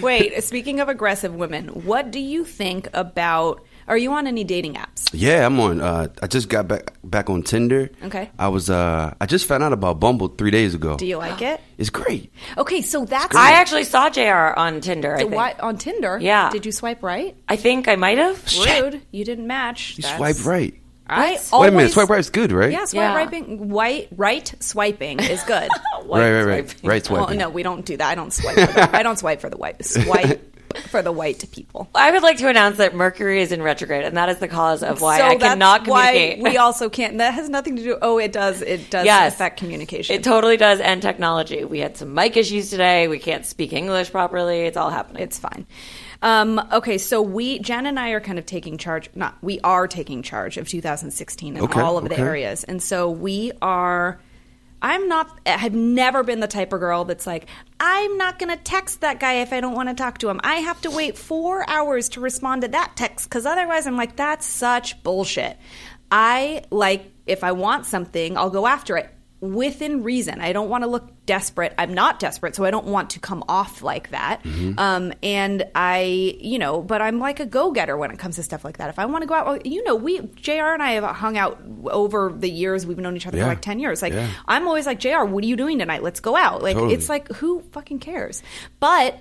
[SPEAKER 1] Wait, speaking of aggressive women, what do you think about? Are you on any dating apps?
[SPEAKER 3] Yeah, I'm on. Uh, I just got back back on Tinder.
[SPEAKER 1] Okay.
[SPEAKER 3] I was. Uh, I just found out about Bumble three days ago.
[SPEAKER 1] Do you like it?
[SPEAKER 3] It's great.
[SPEAKER 1] Okay, so that's
[SPEAKER 2] I actually saw JR on Tinder. I
[SPEAKER 1] So
[SPEAKER 2] think.
[SPEAKER 1] why on Tinder?
[SPEAKER 2] Yeah.
[SPEAKER 1] Did you swipe right?
[SPEAKER 2] I think I might have.
[SPEAKER 1] Rude. You didn't match.
[SPEAKER 3] You
[SPEAKER 1] That's-
[SPEAKER 3] swipe right.
[SPEAKER 1] I
[SPEAKER 3] Wait a minute.
[SPEAKER 1] always-
[SPEAKER 3] Swipe right is good, right?
[SPEAKER 1] Yeah, swipe
[SPEAKER 2] Yeah.
[SPEAKER 1] right, white, right swiping is good.
[SPEAKER 3] Right, right, right. Right
[SPEAKER 1] well,
[SPEAKER 3] swipe.
[SPEAKER 1] no, we don't do that. I don't swipe. For the, I don't swipe for the white. Swipe for the white people.
[SPEAKER 2] I would like to announce that Mercury is in retrograde, and that is the cause of why
[SPEAKER 1] so
[SPEAKER 2] I
[SPEAKER 1] that's
[SPEAKER 2] cannot
[SPEAKER 1] why
[SPEAKER 2] communicate.
[SPEAKER 1] we also can't. That has nothing to do. Oh, it does. It does
[SPEAKER 2] Yes.
[SPEAKER 1] affect communication.
[SPEAKER 2] It totally does, and technology. We had some mic issues today. We can't speak English properly. It's all happening.
[SPEAKER 1] It's fine. Um, okay, so we Jen and I are kind of taking charge. Not we are taking charge of 2016 in
[SPEAKER 3] Okay,
[SPEAKER 1] all of the
[SPEAKER 3] okay.
[SPEAKER 1] areas, and so we are. I'm not. I've never been the type of girl that's like, I'm not going to text that guy if I don't want to talk to him. I have to wait four hours to respond to that text because otherwise, I'm like, that's such bullshit. I like if I want something, I'll go after it within reason. I don't want to look desperate. I'm not desperate, so I don't want to come off like that.
[SPEAKER 3] Mm-hmm.
[SPEAKER 1] Um, and I, you know, but I'm like a go getter when it comes to stuff like that. If I want to go out, well, you know, we, JR and I have hung out over the years. We've known each other
[SPEAKER 3] Yeah.
[SPEAKER 1] for like 10 years. Like,
[SPEAKER 3] Yeah.
[SPEAKER 1] I'm always like, JR, what are you doing tonight? Let's go out. Like,
[SPEAKER 3] Totally.
[SPEAKER 1] it's like, who fucking cares? But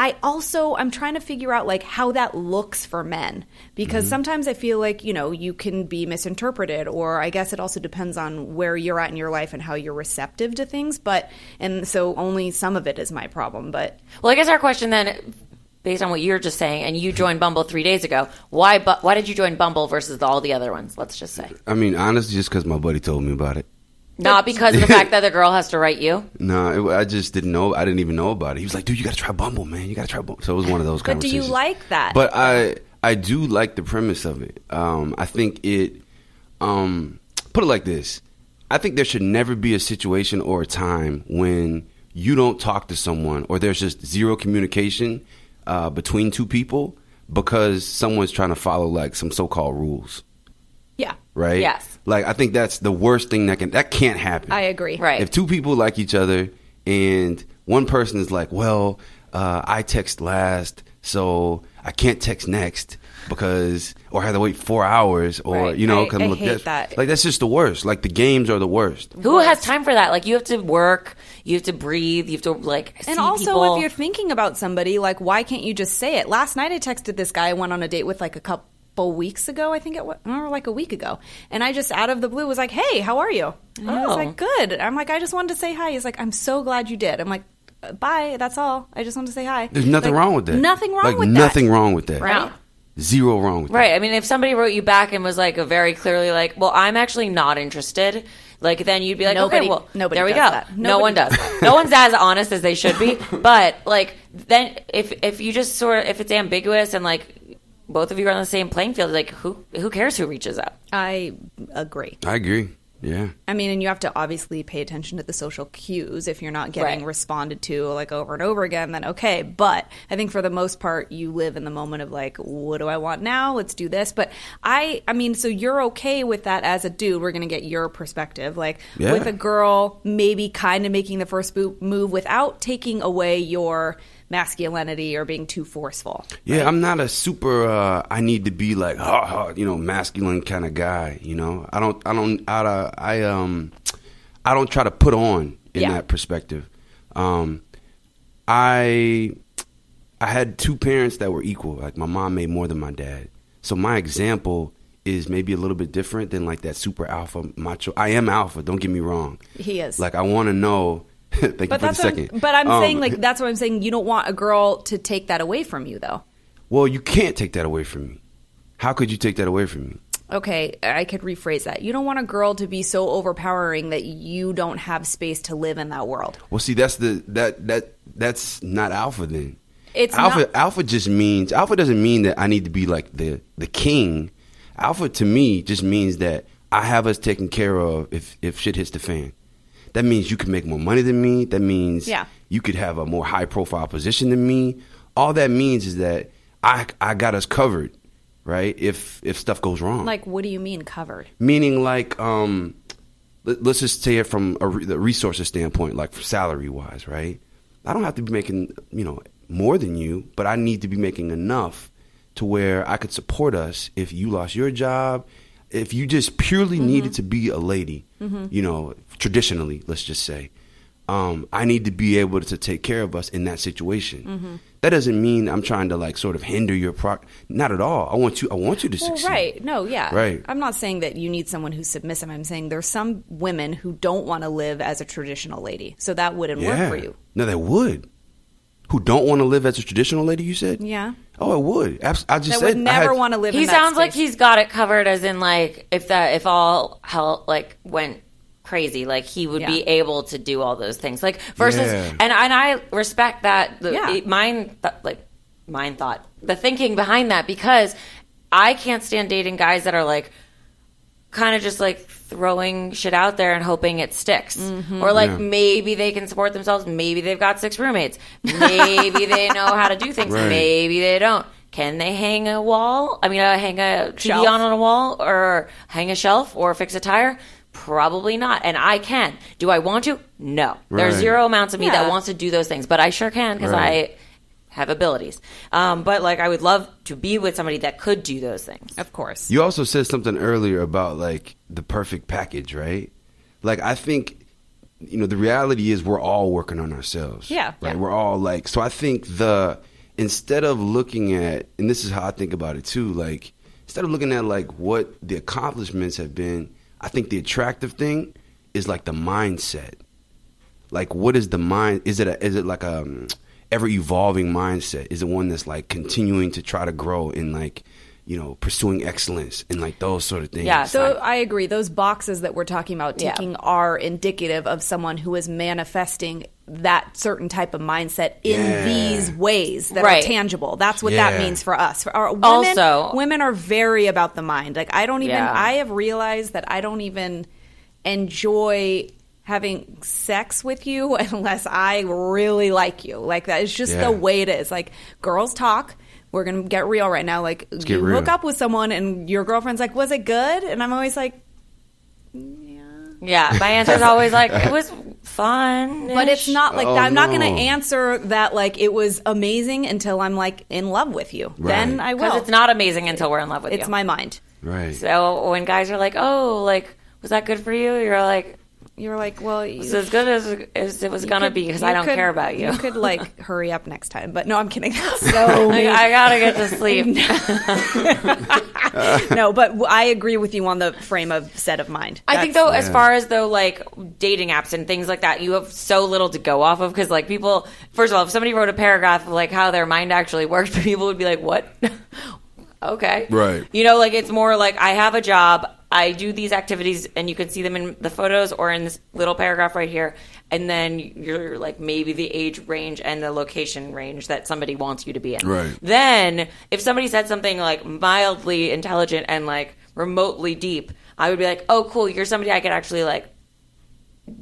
[SPEAKER 1] I also I'm trying to figure out like how that looks for men because sometimes I feel like you know you can be misinterpreted or I guess it also depends on where you're at in your life and how you're receptive to things but and so only some of it is my problem but
[SPEAKER 2] Well, I guess our question then, based on what you're just saying, and you joined Bumble three days ago, why? Bu- why did you join Bumble versus the, all the other ones? Let's just say
[SPEAKER 3] I mean, honestly, just because my buddy told me about it.
[SPEAKER 2] not because of the fact that the girl has to write you.
[SPEAKER 3] Nah, it, I just didn't know. I didn't even know about it. He was like, "Dude, you got to try Bumble, man. You got to try Bumble." So it was one of those
[SPEAKER 1] But do you
[SPEAKER 3] conversations.
[SPEAKER 1] like that?
[SPEAKER 3] But I I do like the premise of it. Um, I think it. Um, put it like this: I think there should never be a situation or a time when you don't talk to someone or there's just zero communication uh, between two people because someone's trying to follow like some so-called rules,
[SPEAKER 1] yeah
[SPEAKER 3] right?
[SPEAKER 2] Yes.
[SPEAKER 3] Like I think that's the worst thing that can that can't happen.
[SPEAKER 1] I agree
[SPEAKER 2] Right.
[SPEAKER 3] If two people like each other and one person is like, well, uh, I text last, so I can't text next because, or I have to wait four hours, or,
[SPEAKER 1] Right.
[SPEAKER 3] you know,
[SPEAKER 1] I- I
[SPEAKER 3] look,
[SPEAKER 1] hate
[SPEAKER 3] that's,
[SPEAKER 1] that.
[SPEAKER 3] like, that's just the worst. Like, the games are the worst.
[SPEAKER 2] Who has time for that? Like you have to work, you have to breathe, you have to like. See
[SPEAKER 1] And also,
[SPEAKER 2] people.
[SPEAKER 1] if you're thinking about somebody, like, why can't you just say it? Last night, I texted this guy I went on a date with like a couple weeks ago, I think it was, or like a week ago. And I just out of the blue was like, hey, how are you? And I was
[SPEAKER 2] Oh.
[SPEAKER 1] like, good. I'm like, I just wanted to say hi. He's like, I'm so glad you did. I'm like, "Uh, bye. That's all. I just wanted to say hi.
[SPEAKER 3] There's nothing
[SPEAKER 1] Like,
[SPEAKER 3] wrong with that.
[SPEAKER 1] Nothing wrong
[SPEAKER 3] like,
[SPEAKER 1] with that.
[SPEAKER 3] Nothing wrong with that.
[SPEAKER 2] Right.
[SPEAKER 3] Zero wrong with
[SPEAKER 2] Right. I mean, if somebody wrote you back and was like a very clearly like, "Well, I'm actually not interested," like then you'd be like,
[SPEAKER 1] Nobody-
[SPEAKER 2] "Okay, well,
[SPEAKER 1] nobody
[SPEAKER 2] there we
[SPEAKER 1] does
[SPEAKER 2] go."
[SPEAKER 1] that.
[SPEAKER 2] No
[SPEAKER 1] Nobody
[SPEAKER 2] one does.
[SPEAKER 1] does
[SPEAKER 2] no one's as honest as they should be. But like then, if if you just sort of if it's ambiguous and like both of you are on the same playing field, like who who cares who reaches out?
[SPEAKER 1] I agree.
[SPEAKER 3] that. I agree. Yeah.
[SPEAKER 1] I mean, and you have to obviously pay attention to the social cues. If you're not getting
[SPEAKER 2] Right.
[SPEAKER 1] responded to like over and over again, then okay. But I think for the most part, you live in the moment of like, what do I want now? Let's do this. But I, I mean, so you're okay with that as a dude. We're going to get your perspective. Like
[SPEAKER 3] Yeah.
[SPEAKER 1] with a girl, maybe kind of making the first bo- move without taking away your masculinity or being too forceful.
[SPEAKER 3] Yeah, I'm not a super. Uh, I need to be like, ha, ha, you know, masculine kind of guy. You know, I don't, I don't, I, uh, I um, I don't try to put on in
[SPEAKER 1] Yeah.
[SPEAKER 3] that perspective. Um, I, I had two parents that were equal. Like my mom made more than my dad, so my example is maybe a little bit different than like that super alpha macho. I am alpha. Don't get me wrong.
[SPEAKER 1] He is.
[SPEAKER 3] Like I want to know. thank you for
[SPEAKER 1] But
[SPEAKER 3] the
[SPEAKER 1] that's what I'm-
[SPEAKER 3] second.
[SPEAKER 1] but I'm
[SPEAKER 3] Um,
[SPEAKER 1] saying like that's what I'm saying. You don't want a girl to take that away from you though.
[SPEAKER 3] well, you can't take that away from me. How could you take that away from me?
[SPEAKER 1] Okay, I could rephrase that. You don't want a girl to be so overpowering that you don't have space to live in that world.
[SPEAKER 3] Well, see, that's the that that that's not alpha then.
[SPEAKER 1] It's
[SPEAKER 3] alpha.
[SPEAKER 1] not-
[SPEAKER 3] Alpha just means alpha doesn't mean that I need to be like the the king. Alpha to me just means that I have us taken care of if if shit hits the fan. That means you can make more money than me. That means
[SPEAKER 1] Yeah.
[SPEAKER 3] you could have a more high profile position than me. All that means is that I I got us covered, right? If if stuff goes wrong,
[SPEAKER 1] Like, what do you mean covered?
[SPEAKER 3] meaning like um let- let's just say it from a re- the resources standpoint like salary wise right i don't have to be making you know more than you but i need to be making enough to where i could support us if you lost your job if you just
[SPEAKER 1] Mm-hmm.
[SPEAKER 3] purely needed to be a lady you know traditionally let's just say um, I need to be able to take care of us in that situation.
[SPEAKER 1] Mm-hmm.
[SPEAKER 3] That doesn't mean I'm trying to like sort of hinder your pro. Not at all. I want you. I want you to
[SPEAKER 1] Well,
[SPEAKER 3] succeed.
[SPEAKER 1] right. No, yeah.
[SPEAKER 3] Right.
[SPEAKER 1] I'm not saying that you need someone who's submissive. I'm saying there's some women who don't want to live as a traditional lady. So that wouldn't work for you.
[SPEAKER 3] No, they would. Who don't want to live as a traditional lady? You said.
[SPEAKER 1] Yeah.
[SPEAKER 3] Oh, it would. Abs- I just
[SPEAKER 1] That
[SPEAKER 3] said
[SPEAKER 1] would never
[SPEAKER 3] I had-
[SPEAKER 1] want to live
[SPEAKER 2] He
[SPEAKER 1] in that
[SPEAKER 2] sounds like
[SPEAKER 1] space.
[SPEAKER 2] he's got it covered, as in like if that if all hell like went crazy, like he would be
[SPEAKER 1] Yeah.
[SPEAKER 2] able to do all those things. Like versus,
[SPEAKER 3] Yeah.
[SPEAKER 2] and and I respect that. The,
[SPEAKER 1] Yeah.
[SPEAKER 2] it- mine th- like mine thought the thinking behind that because I can't stand dating guys that are like kind of just like throwing shit out there and hoping it sticks
[SPEAKER 1] Mm-hmm.
[SPEAKER 2] or like
[SPEAKER 3] Yeah.
[SPEAKER 2] maybe they can support themselves maybe they've got six roommates maybe they know how to do things
[SPEAKER 3] Right.
[SPEAKER 2] maybe they don't can they hang a wall i mean uh, hang a TV
[SPEAKER 1] Shelf.
[SPEAKER 2] on on a wall or hang a shelf or fix a tire probably not and i can do i want to no there's
[SPEAKER 3] Right.
[SPEAKER 2] zero amounts of me that
[SPEAKER 1] Yeah.
[SPEAKER 2] wants to do those things but i sure can because
[SPEAKER 3] Right.
[SPEAKER 2] i have abilities um, but like i would love to be with somebody that could do those things
[SPEAKER 1] Of course.
[SPEAKER 3] You also said something earlier about like the perfect package, right? Like I think you know the reality is we're all working on ourselves
[SPEAKER 1] Yeah.
[SPEAKER 3] right
[SPEAKER 1] Yeah.
[SPEAKER 3] we're all like so i think the instead of looking at and this is how i think about it too like instead of looking at like what the accomplishments have been i think the attractive thing is like the mindset like what is the mind is it a, is it like a um, ever evolving mindset is it one that's like continuing to try to grow and like you know pursuing excellence and like those sort of things
[SPEAKER 2] Yeah,
[SPEAKER 1] So
[SPEAKER 3] Like-
[SPEAKER 1] I agree. Those boxes that we're talking about
[SPEAKER 2] Yeah.
[SPEAKER 1] ticking are indicative of someone who is manifesting that certain type of mindset in
[SPEAKER 3] Yeah.
[SPEAKER 1] these ways that
[SPEAKER 2] Right.
[SPEAKER 1] are tangible. That's what
[SPEAKER 3] Yeah.
[SPEAKER 1] that means for us. For our women,
[SPEAKER 2] Also-
[SPEAKER 1] women are very about the mind. Like I don't even.
[SPEAKER 2] Yeah.
[SPEAKER 1] I have realized that I don't even enjoy having sex with you unless I really like you. Like that is just
[SPEAKER 3] Yeah.
[SPEAKER 1] the way it is. Like girls talk. We're gonna get real right now. Like
[SPEAKER 3] get
[SPEAKER 1] you
[SPEAKER 3] real.
[SPEAKER 1] hook up with someone and your girlfriend's like, "Was it good?" And I'm always like,
[SPEAKER 2] Yeah, my answer is always like it was fun,
[SPEAKER 1] "But it's not like
[SPEAKER 3] Oh,
[SPEAKER 1] I'm not going
[SPEAKER 3] no.
[SPEAKER 1] to answer that like it was amazing until I'm like in love with you. Then
[SPEAKER 3] Right.
[SPEAKER 1] I
[SPEAKER 2] because
[SPEAKER 1] will.
[SPEAKER 2] it's not amazing until we're in love with you.
[SPEAKER 1] It's my mind.
[SPEAKER 3] right
[SPEAKER 2] So when guys are like, "Oh, like was that good for you?" You're like,
[SPEAKER 1] You're like, well, you,
[SPEAKER 2] "It's as good as, as it was
[SPEAKER 1] you
[SPEAKER 2] gonna
[SPEAKER 1] could-
[SPEAKER 2] be because
[SPEAKER 1] you
[SPEAKER 2] I don't
[SPEAKER 1] could-
[SPEAKER 2] care about you."
[SPEAKER 1] You could like hurry up next time. But no, I'm kidding. So
[SPEAKER 2] Like, I gotta get to sleep.
[SPEAKER 1] no, but w- I agree with you on the frame of set of mind.
[SPEAKER 2] I think
[SPEAKER 1] That's-
[SPEAKER 2] though, as far as though like dating apps and things like that, you have so little to go off of because like people, first of all, if somebody wrote a paragraph of like how their mind actually works, people would be like, "What? okay,
[SPEAKER 3] Right.
[SPEAKER 2] You know, like it's more like I have a job, I do these activities, and you can see them in the photos or in this little paragraph right here, and then you're like maybe the age range and the location range that somebody wants you to be in.
[SPEAKER 3] Right.
[SPEAKER 2] Then if somebody said something like mildly intelligent and like remotely deep, I would be like, "Oh, cool, you're somebody I could actually like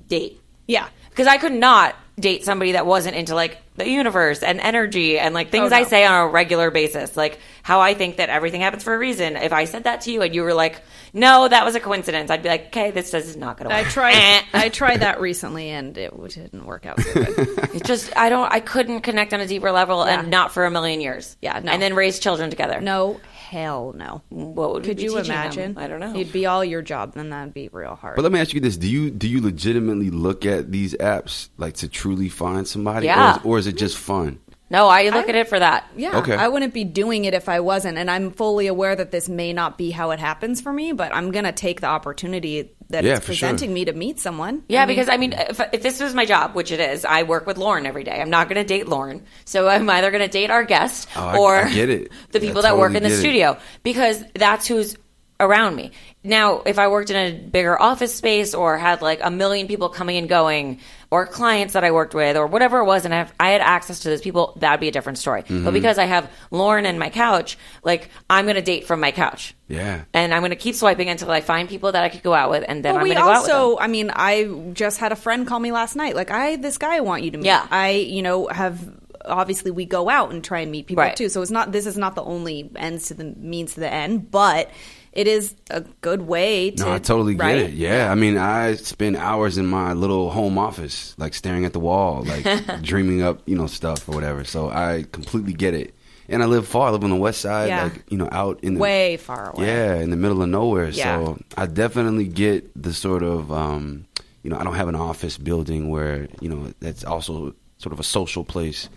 [SPEAKER 2] date."
[SPEAKER 1] yeah.
[SPEAKER 2] Because I could not date somebody that wasn't into like the universe and energy and like things
[SPEAKER 1] Oh, no.
[SPEAKER 2] I say on a regular basis, like how I think that everything happens for a reason. If I said that to you and you were like, "No, that was a coincidence," I'd be like, "Okay, this is not gonna work."
[SPEAKER 1] I tried.
[SPEAKER 2] Eh.
[SPEAKER 1] I tried that recently, and it w- didn't work out. So good.
[SPEAKER 2] It just I don't I couldn't connect on a deeper level and
[SPEAKER 1] Yeah.
[SPEAKER 2] not for a million years.
[SPEAKER 1] Yeah, no.
[SPEAKER 2] and then raise children together.
[SPEAKER 1] No, hell no.
[SPEAKER 2] what would we
[SPEAKER 1] Could
[SPEAKER 2] be
[SPEAKER 1] you
[SPEAKER 2] teaching them?
[SPEAKER 1] imagine?
[SPEAKER 2] I don't know.
[SPEAKER 1] You'd be all your job, then that'd be real hard.
[SPEAKER 3] But let me ask you this: Do you do you legitimately look at these apps like to truly find somebody,
[SPEAKER 2] Yeah.
[SPEAKER 3] or, is, or is it just fun?
[SPEAKER 2] no, I look at it for that.
[SPEAKER 1] yeah,
[SPEAKER 3] Okay.
[SPEAKER 1] I wouldn't be doing it if I wasn't, and I'm fully aware that this may not be how it happens for me. But I'm gonna take the opportunity that
[SPEAKER 3] Yeah,
[SPEAKER 1] it's
[SPEAKER 3] for sure.
[SPEAKER 1] presenting me to meet someone.
[SPEAKER 2] Yeah, because I mean, if, if this was my job, which it is, I work with Lauren every day. I'm not going to date Lauren, so I'm either going to date our guest
[SPEAKER 3] Oh, I-
[SPEAKER 2] or
[SPEAKER 3] I get it.
[SPEAKER 2] the
[SPEAKER 3] I
[SPEAKER 2] people that work
[SPEAKER 3] totally
[SPEAKER 2] in the
[SPEAKER 3] get it.
[SPEAKER 2] studio because that's who's around me. Now, if I worked in a bigger office space or had like a million people coming and going, or clients that I worked with, or whatever it was, and I, have, I had access to those people, that'd be a different story.
[SPEAKER 3] Mm-hmm.
[SPEAKER 2] But because I have Lauren and my couch, like I'm going to date from my couch.
[SPEAKER 3] Yeah.
[SPEAKER 2] And I'm going to keep swiping until I find people that I could go out with, and then
[SPEAKER 1] But
[SPEAKER 2] I'm
[SPEAKER 1] we
[SPEAKER 2] going to go out with them.
[SPEAKER 1] also, I mean, I just had a friend call me last night. Like, I this guy I want you to meet.
[SPEAKER 2] Yeah.
[SPEAKER 1] I, you know, have obviously we go out and try and meet people
[SPEAKER 2] Right.
[SPEAKER 1] too. So it's not this is not the only ends to the means to the end, but it is a good way to.
[SPEAKER 3] No, I totally get
[SPEAKER 1] right?
[SPEAKER 3] it. Yeah, I mean, I spend hours in my little home office, like staring at the wall, like dreaming up, you know, stuff or whatever. So I completely get it. And I live far. I live on the west side,
[SPEAKER 1] Yeah.
[SPEAKER 3] like you know, out in the
[SPEAKER 1] Way far away.
[SPEAKER 3] Yeah, in the middle of nowhere.
[SPEAKER 1] Yeah.
[SPEAKER 3] So I definitely get the sort of, um, you know, I don't have an office building where, you know, that's also sort of a social place.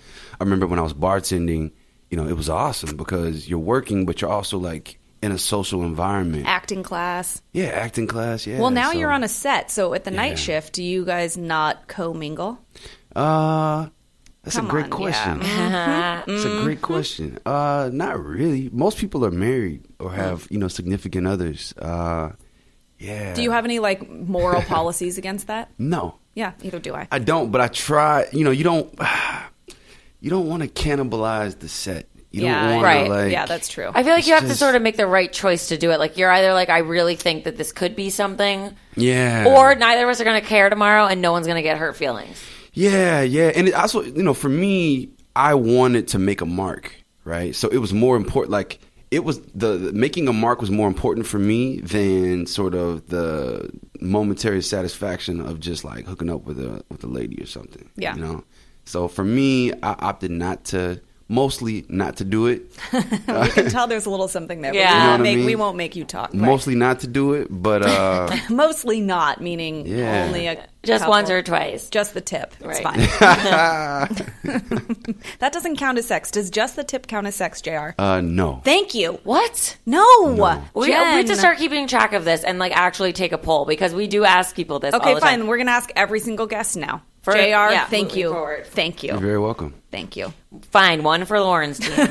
[SPEAKER 3] I remember when I was bartending, you know, it was awesome because you're working, but you're also like in a social environment.
[SPEAKER 1] Acting class.
[SPEAKER 3] yeah, acting class. Yeah.
[SPEAKER 1] well, now
[SPEAKER 3] so-
[SPEAKER 1] you're on a set, so at the
[SPEAKER 3] Yeah.
[SPEAKER 1] night shift, do you guys not co-mingle?
[SPEAKER 3] Uh, that's
[SPEAKER 1] Come
[SPEAKER 3] a great
[SPEAKER 1] on, Mm-hmm.
[SPEAKER 3] question. It's a great question. Uh, not really. Most people are married
[SPEAKER 1] Mm.
[SPEAKER 3] or have, you know, significant others. Uh, yeah.
[SPEAKER 1] Do you have any like moral policies against that?
[SPEAKER 3] No.
[SPEAKER 1] Yeah, neither do I.
[SPEAKER 3] I don't, but I try. You know, you don't. You don't want to cannibalize the set. You
[SPEAKER 1] yeah,
[SPEAKER 3] don't want
[SPEAKER 2] right.
[SPEAKER 3] to like.
[SPEAKER 1] yeah, that's true.
[SPEAKER 2] I feel like
[SPEAKER 3] It's
[SPEAKER 2] you have to
[SPEAKER 3] just-
[SPEAKER 2] sort of make the right choice to do it. Like you're either like, I really think that this could be something,
[SPEAKER 3] Yeah.
[SPEAKER 2] or neither of us are going to care tomorrow, and no one's going to get hurt feelings.
[SPEAKER 3] Yeah, yeah, and it also, you know, for me, I wanted to make a mark, right? So it was more important. Like it was the, the making a mark was more important for me than sort of the momentary satisfaction of just like hooking up with a with a lady or something.
[SPEAKER 1] Yeah.
[SPEAKER 3] you know. So for me, I opted not to mostly not to do it.
[SPEAKER 1] we can tell there's a little something there. but
[SPEAKER 2] Yeah. You know
[SPEAKER 1] we,
[SPEAKER 2] what I
[SPEAKER 1] won't make, we
[SPEAKER 3] mean?
[SPEAKER 1] won't make you talk.
[SPEAKER 3] Mostly not to do it, but uh,
[SPEAKER 1] Mostly not, meaning
[SPEAKER 3] Yeah.
[SPEAKER 1] only a
[SPEAKER 2] Just
[SPEAKER 1] couple-
[SPEAKER 2] once or twice.
[SPEAKER 1] Just the tip. It's
[SPEAKER 2] Right.
[SPEAKER 1] fine. that doesn't count as sex. Does just the tip count as sex, Jr?
[SPEAKER 3] uh, no.
[SPEAKER 1] Thank you.
[SPEAKER 2] What?
[SPEAKER 1] No,
[SPEAKER 2] We, we have to
[SPEAKER 1] Jen.
[SPEAKER 2] start keeping track of this and like actually take a poll because we do ask people this. all
[SPEAKER 1] Okay,
[SPEAKER 2] the
[SPEAKER 1] fine.
[SPEAKER 2] time.
[SPEAKER 1] We're gonna ask every single guest now.
[SPEAKER 2] For-
[SPEAKER 1] Jr.
[SPEAKER 2] yeah,
[SPEAKER 1] thank
[SPEAKER 2] moving
[SPEAKER 1] you.
[SPEAKER 2] forward.
[SPEAKER 1] Thank
[SPEAKER 3] You're
[SPEAKER 1] you.
[SPEAKER 3] very welcome.
[SPEAKER 1] Thank you.
[SPEAKER 2] Fine, one for Lauren's team.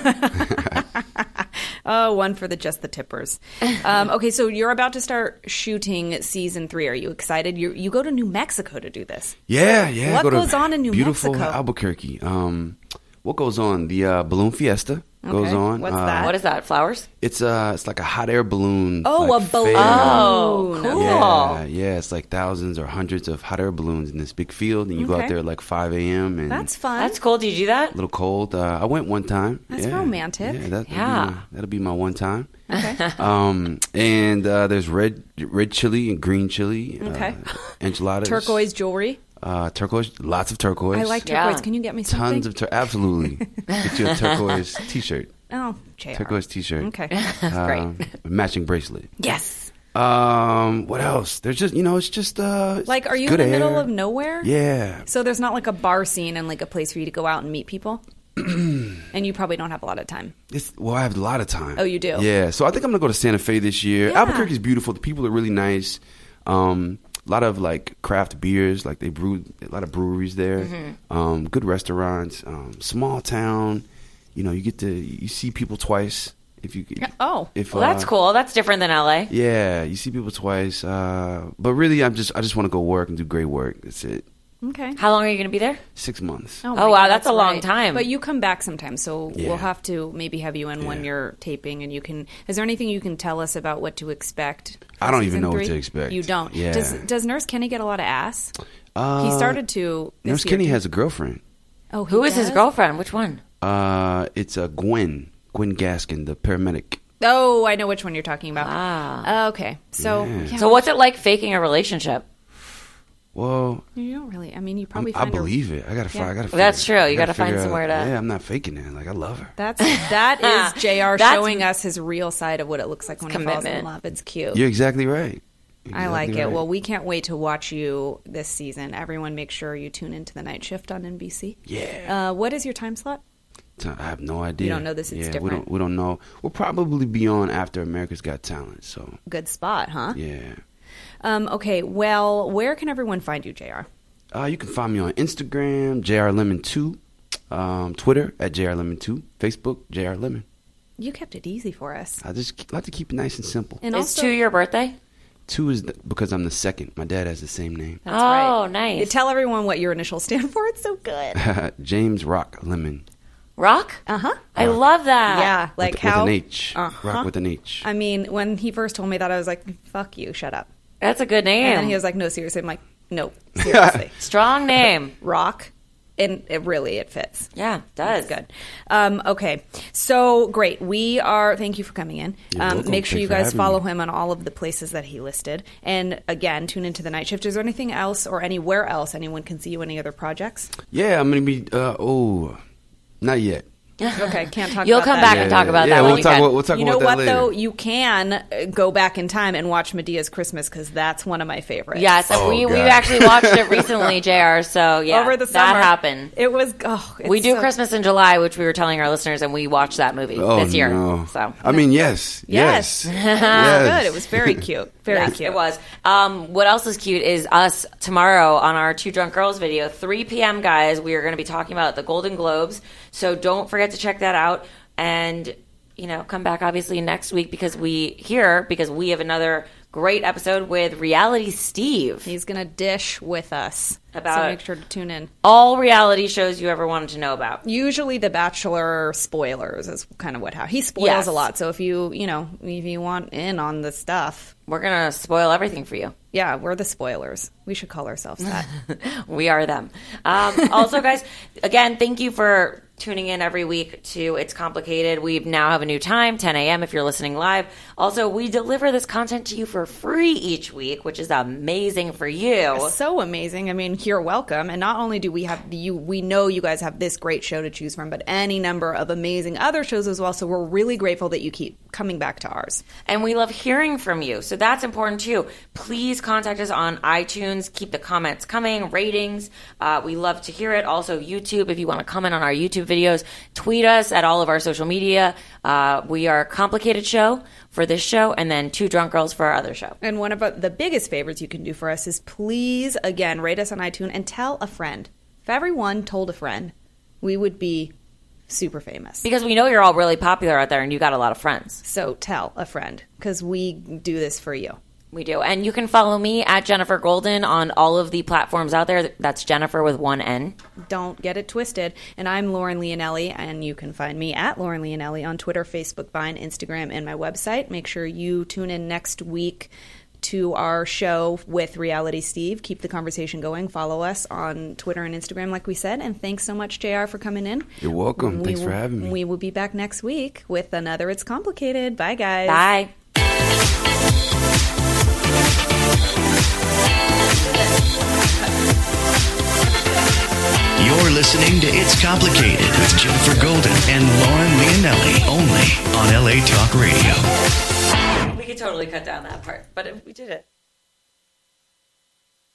[SPEAKER 1] Oh, one for the just the tippers. um, okay, so you're about to start shooting season three. Are you excited? You you go to New Mexico to do this.
[SPEAKER 3] Yeah, yeah.
[SPEAKER 1] What
[SPEAKER 3] go to
[SPEAKER 1] goes on in New
[SPEAKER 3] beautiful
[SPEAKER 1] Mexico?
[SPEAKER 3] Albuquerque. Um, what goes on? The uh, balloon fiesta goes
[SPEAKER 1] Okay.
[SPEAKER 3] on.
[SPEAKER 1] What's
[SPEAKER 3] Uh,
[SPEAKER 1] that?
[SPEAKER 2] what is that? Flowers?
[SPEAKER 3] It's uh, it's like a hot air balloon.
[SPEAKER 1] Oh,
[SPEAKER 3] like,
[SPEAKER 1] a balloon.
[SPEAKER 3] fair.
[SPEAKER 2] Oh, cool.
[SPEAKER 3] Yeah, yeah, it's like thousands or hundreds of hot air balloons in this big field, and you go
[SPEAKER 1] Okay.
[SPEAKER 3] out there at like 5 a.m. and
[SPEAKER 1] That's fun.
[SPEAKER 2] That's cool. Did you do that?
[SPEAKER 3] a little cold. Uh, I went one time.
[SPEAKER 1] That's
[SPEAKER 3] Yeah.
[SPEAKER 1] romantic.
[SPEAKER 3] Yeah, that,
[SPEAKER 2] Yeah.
[SPEAKER 3] That'll, be my, that'll be my one time. Okay. um, and uh, there's red red chili and green chili.
[SPEAKER 1] Okay.
[SPEAKER 3] Uh, enchiladas.
[SPEAKER 1] turquoise jewelry.
[SPEAKER 3] Uh, turquoise. Lots of turquoise.
[SPEAKER 1] I like
[SPEAKER 2] Yeah.
[SPEAKER 1] turquoise. Can you get me something?
[SPEAKER 3] tons of tur- absolutely. Get you a turquoise T-shirt.
[SPEAKER 1] oh, Jr.
[SPEAKER 3] Turquoise T-shirt.
[SPEAKER 1] Okay,
[SPEAKER 3] Um, a matching bracelet.
[SPEAKER 1] yes.
[SPEAKER 3] Um, what else? There's just you know, it's just uh, it's
[SPEAKER 1] Like, are you in
[SPEAKER 3] good
[SPEAKER 1] the middle
[SPEAKER 3] air.
[SPEAKER 1] of nowhere?
[SPEAKER 3] Yeah,
[SPEAKER 1] So there's not like a bar scene and like a place for you to go out and meet people. and you probably don't have a lot of time.
[SPEAKER 3] It's well, I have a lot of time.
[SPEAKER 1] Oh, you do?
[SPEAKER 3] Yeah. So I think I'm gonna go to Santa Fe this year.
[SPEAKER 1] Yeah.
[SPEAKER 3] Albuquerque is beautiful. The people are really nice. Um, a lot of like craft beers, like they brew a lot of breweries there.
[SPEAKER 1] Mm-hmm.
[SPEAKER 3] Um, good restaurants. Um, small town. You know, you get to you see people twice if you.
[SPEAKER 1] Oh.
[SPEAKER 3] if
[SPEAKER 2] Well, that's
[SPEAKER 3] uh,
[SPEAKER 2] cool. That's different than LA.
[SPEAKER 3] Yeah, you see people twice. Uh, but really, I'm just I just want to go work and do great work. That's it.
[SPEAKER 1] Okay.
[SPEAKER 2] How long are you going to be there?
[SPEAKER 3] Six months.
[SPEAKER 1] Oh, my
[SPEAKER 2] wow, that's a long
[SPEAKER 1] right.
[SPEAKER 2] time.
[SPEAKER 1] But you come back sometime, so
[SPEAKER 3] Yeah.
[SPEAKER 1] we'll have to maybe have you in when
[SPEAKER 3] Yeah.
[SPEAKER 1] you're taping, and you can. Is there anything you can tell us about what to expect? for
[SPEAKER 3] I don't even
[SPEAKER 1] season
[SPEAKER 3] know what
[SPEAKER 1] three?
[SPEAKER 3] to expect.
[SPEAKER 1] You don't.
[SPEAKER 3] Yeah. Uh,
[SPEAKER 1] Does Does Nurse Kenny get a lot of ass? he started to. This
[SPEAKER 3] Nurse
[SPEAKER 1] year,
[SPEAKER 3] Kenny
[SPEAKER 1] too.
[SPEAKER 3] has a girlfriend.
[SPEAKER 1] Oh, he
[SPEAKER 2] Who is his
[SPEAKER 1] does?
[SPEAKER 2] girlfriend? Which one?
[SPEAKER 3] Uh, it's a Gwen, Gwen Gaskin, the paramedic.
[SPEAKER 1] Oh, I know which one you're talking about.
[SPEAKER 2] Ah.
[SPEAKER 1] Uh, okay. So,
[SPEAKER 3] Yeah.
[SPEAKER 1] yeah,
[SPEAKER 2] So, what's it like faking a relationship?
[SPEAKER 3] Well,
[SPEAKER 1] you don't really. I mean, you
[SPEAKER 3] I'm-
[SPEAKER 1] probably.
[SPEAKER 3] I
[SPEAKER 1] find her-
[SPEAKER 3] believe it. I gotta find. I gotta.
[SPEAKER 2] That's
[SPEAKER 3] figure-
[SPEAKER 2] true.
[SPEAKER 3] I
[SPEAKER 2] You gotta find
[SPEAKER 3] figure out-
[SPEAKER 2] somewhere to-
[SPEAKER 3] Yeah, I'm not faking it. Like I love her.
[SPEAKER 1] That's that is Jr.
[SPEAKER 2] That's-
[SPEAKER 1] showing us his real side of what it looks like when he falls in
[SPEAKER 2] commitment.
[SPEAKER 1] love. It's cute.
[SPEAKER 3] You're exactly right.
[SPEAKER 1] I like
[SPEAKER 3] Exactly
[SPEAKER 1] it.
[SPEAKER 3] right.
[SPEAKER 1] Well, we can't wait to watch you this season. Everyone, make sure you tune into the night shift on NBC.
[SPEAKER 3] Yeah.
[SPEAKER 1] Uh, what is your time slot?
[SPEAKER 3] T- I have no idea.
[SPEAKER 1] You don't know this, it's
[SPEAKER 3] yeah, We
[SPEAKER 1] different.
[SPEAKER 3] don't. We don't know. We'll probably be on after America's Got Talent. So
[SPEAKER 1] Good spot, huh?
[SPEAKER 3] yeah.
[SPEAKER 1] Um, okay. Well, where can everyone find you, Jr?
[SPEAKER 3] Uh, you can find me on Instagram, jrlemon2, um, Twitter at jrlemon2, Facebook jrlemon.
[SPEAKER 1] You kept it easy for us,
[SPEAKER 3] I just ke- like to keep it nice and simple.
[SPEAKER 1] and
[SPEAKER 2] Is
[SPEAKER 1] also
[SPEAKER 2] two your birthday?
[SPEAKER 3] Two is the, because I'm the second. My dad has the same name.
[SPEAKER 1] That's
[SPEAKER 2] oh,
[SPEAKER 1] right.
[SPEAKER 2] nice.
[SPEAKER 1] You tell everyone what your initials stand for. It's so good.
[SPEAKER 3] James Rock Lemon.
[SPEAKER 2] Rock?
[SPEAKER 1] Uh huh.
[SPEAKER 2] I love that.
[SPEAKER 1] Yeah. Like
[SPEAKER 3] with,
[SPEAKER 1] how?
[SPEAKER 3] with an H.
[SPEAKER 1] Uh-huh.
[SPEAKER 3] Rock with an H.
[SPEAKER 1] I mean, when he first told me that, I was like, "Fuck you, shut up."
[SPEAKER 2] That's a good name.
[SPEAKER 1] And then he was like, "No, seriously." I'm like, "No, seriously."
[SPEAKER 2] Strong name.
[SPEAKER 1] Rock, and it really it fits.
[SPEAKER 2] Yeah, it does.
[SPEAKER 1] That's good. Um, okay, so great. We are. Thank you for coming in.
[SPEAKER 3] You're
[SPEAKER 1] Um,
[SPEAKER 3] welcome.
[SPEAKER 1] make sure
[SPEAKER 3] Thanks
[SPEAKER 1] you
[SPEAKER 3] for
[SPEAKER 1] guys
[SPEAKER 3] having
[SPEAKER 1] follow
[SPEAKER 3] me.
[SPEAKER 1] him on all of the places that he listed, and again, tune into the night shift. Is there anything else or anywhere else anyone can see you? Any other projects?
[SPEAKER 3] yeah, I'm gonna be. Uh, oh, not yet.
[SPEAKER 1] Okay, can't talk.
[SPEAKER 2] You'll
[SPEAKER 1] about
[SPEAKER 2] come
[SPEAKER 1] that.
[SPEAKER 2] back and talk about
[SPEAKER 3] yeah,
[SPEAKER 2] that
[SPEAKER 3] We'll
[SPEAKER 2] when you
[SPEAKER 3] talk.
[SPEAKER 2] can.
[SPEAKER 3] About, we'll talk
[SPEAKER 1] you
[SPEAKER 3] about
[SPEAKER 1] know
[SPEAKER 3] that
[SPEAKER 1] what
[SPEAKER 3] later.
[SPEAKER 1] though? You can uh, go back in time and watch Medea's Christmas because that's one of my favorites.
[SPEAKER 2] Yes,
[SPEAKER 3] Oh,
[SPEAKER 2] we, we
[SPEAKER 3] God.
[SPEAKER 2] actually watched it recently, JR. So, yeah.
[SPEAKER 1] over the summer
[SPEAKER 2] That happened.
[SPEAKER 1] It was. Oh, it's
[SPEAKER 2] we do
[SPEAKER 1] so-
[SPEAKER 2] Christmas in July, which we were telling our listeners, and we watched that movie
[SPEAKER 3] oh,
[SPEAKER 2] this year.
[SPEAKER 3] No.
[SPEAKER 2] So
[SPEAKER 3] I mean, yes,
[SPEAKER 1] Yes. Good.
[SPEAKER 3] yes, yes.
[SPEAKER 1] It was very cute. Very
[SPEAKER 2] Yes,
[SPEAKER 1] cute.
[SPEAKER 2] It was. Um, what else is cute is us tomorrow on our Two Drunk Girls video, 3 p.m. guys. We are going to be talking about the Golden Globes, so don't forget to check that out. And you know, come back obviously next week because we here because we have another great episode with Reality Steve.
[SPEAKER 1] He's gonna dish with us
[SPEAKER 2] About-
[SPEAKER 1] So make sure to tune in.
[SPEAKER 2] All reality shows you ever wanted to know about.
[SPEAKER 1] Usually, The Bachelor spoilers is kind of what how he spoils
[SPEAKER 2] Yes.
[SPEAKER 1] a lot. So if you you know if you want in on the stuff,
[SPEAKER 2] We're gonna spoil everything for you.
[SPEAKER 1] yeah, we're the spoilers. We should call ourselves that.
[SPEAKER 2] We are them. Um, also, guys, again, thank you for tuning in every week to It's Complicated. We now have a new time, 10 a.m. if you're listening live. Also, we deliver this content to you for free each week, which is amazing for you.
[SPEAKER 1] so amazing. I mean, you're welcome. And not only do we have you, we know you guys have this great show to choose from, but any number of amazing other shows as well. So we're really grateful that you keep coming back to ours.
[SPEAKER 2] and we love hearing from you. So that's important too. Please contact us on iTunes. Keep the comments coming, ratings. Uh, we love to hear it. Also, YouTube. If you want to comment on our YouTube videos, tweet us at all of our social media. Uh, we are Complicated Show for this show, and then Two Drunk Girls for our other show.
[SPEAKER 1] And one of uh, the biggest favors you can do for us is please again rate us on iTunes and tell a friend. If everyone told a friend, we would be super famous.
[SPEAKER 2] Because we know you're all really popular out there, and you got a lot of friends.
[SPEAKER 1] So tell a friend because we do this for you.
[SPEAKER 2] We do. And you can follow me at Jennifer Golden on all of the platforms out there. That's Jennifer with one N.
[SPEAKER 1] Don't get it twisted. And I'm Lauren Leonelli, and you can find me at Lauren Leonelli on Twitter, Facebook, Vine, Instagram, and my website. Make sure you tune in next week to our show with Reality Steve. Keep the conversation going. Follow us on Twitter and Instagram, like we said. And thanks so much, JR, for coming in.
[SPEAKER 3] You're welcome. Thanks for
[SPEAKER 1] will-
[SPEAKER 3] having me.
[SPEAKER 1] We will be back next week with another It's Complicated. Bye, guys.
[SPEAKER 2] Bye.
[SPEAKER 4] You're listening to It's Complicated with Jennifer Golden and Lauren Leonelli only on LA Talk Radio.
[SPEAKER 2] We could totally cut down that part, but we did it.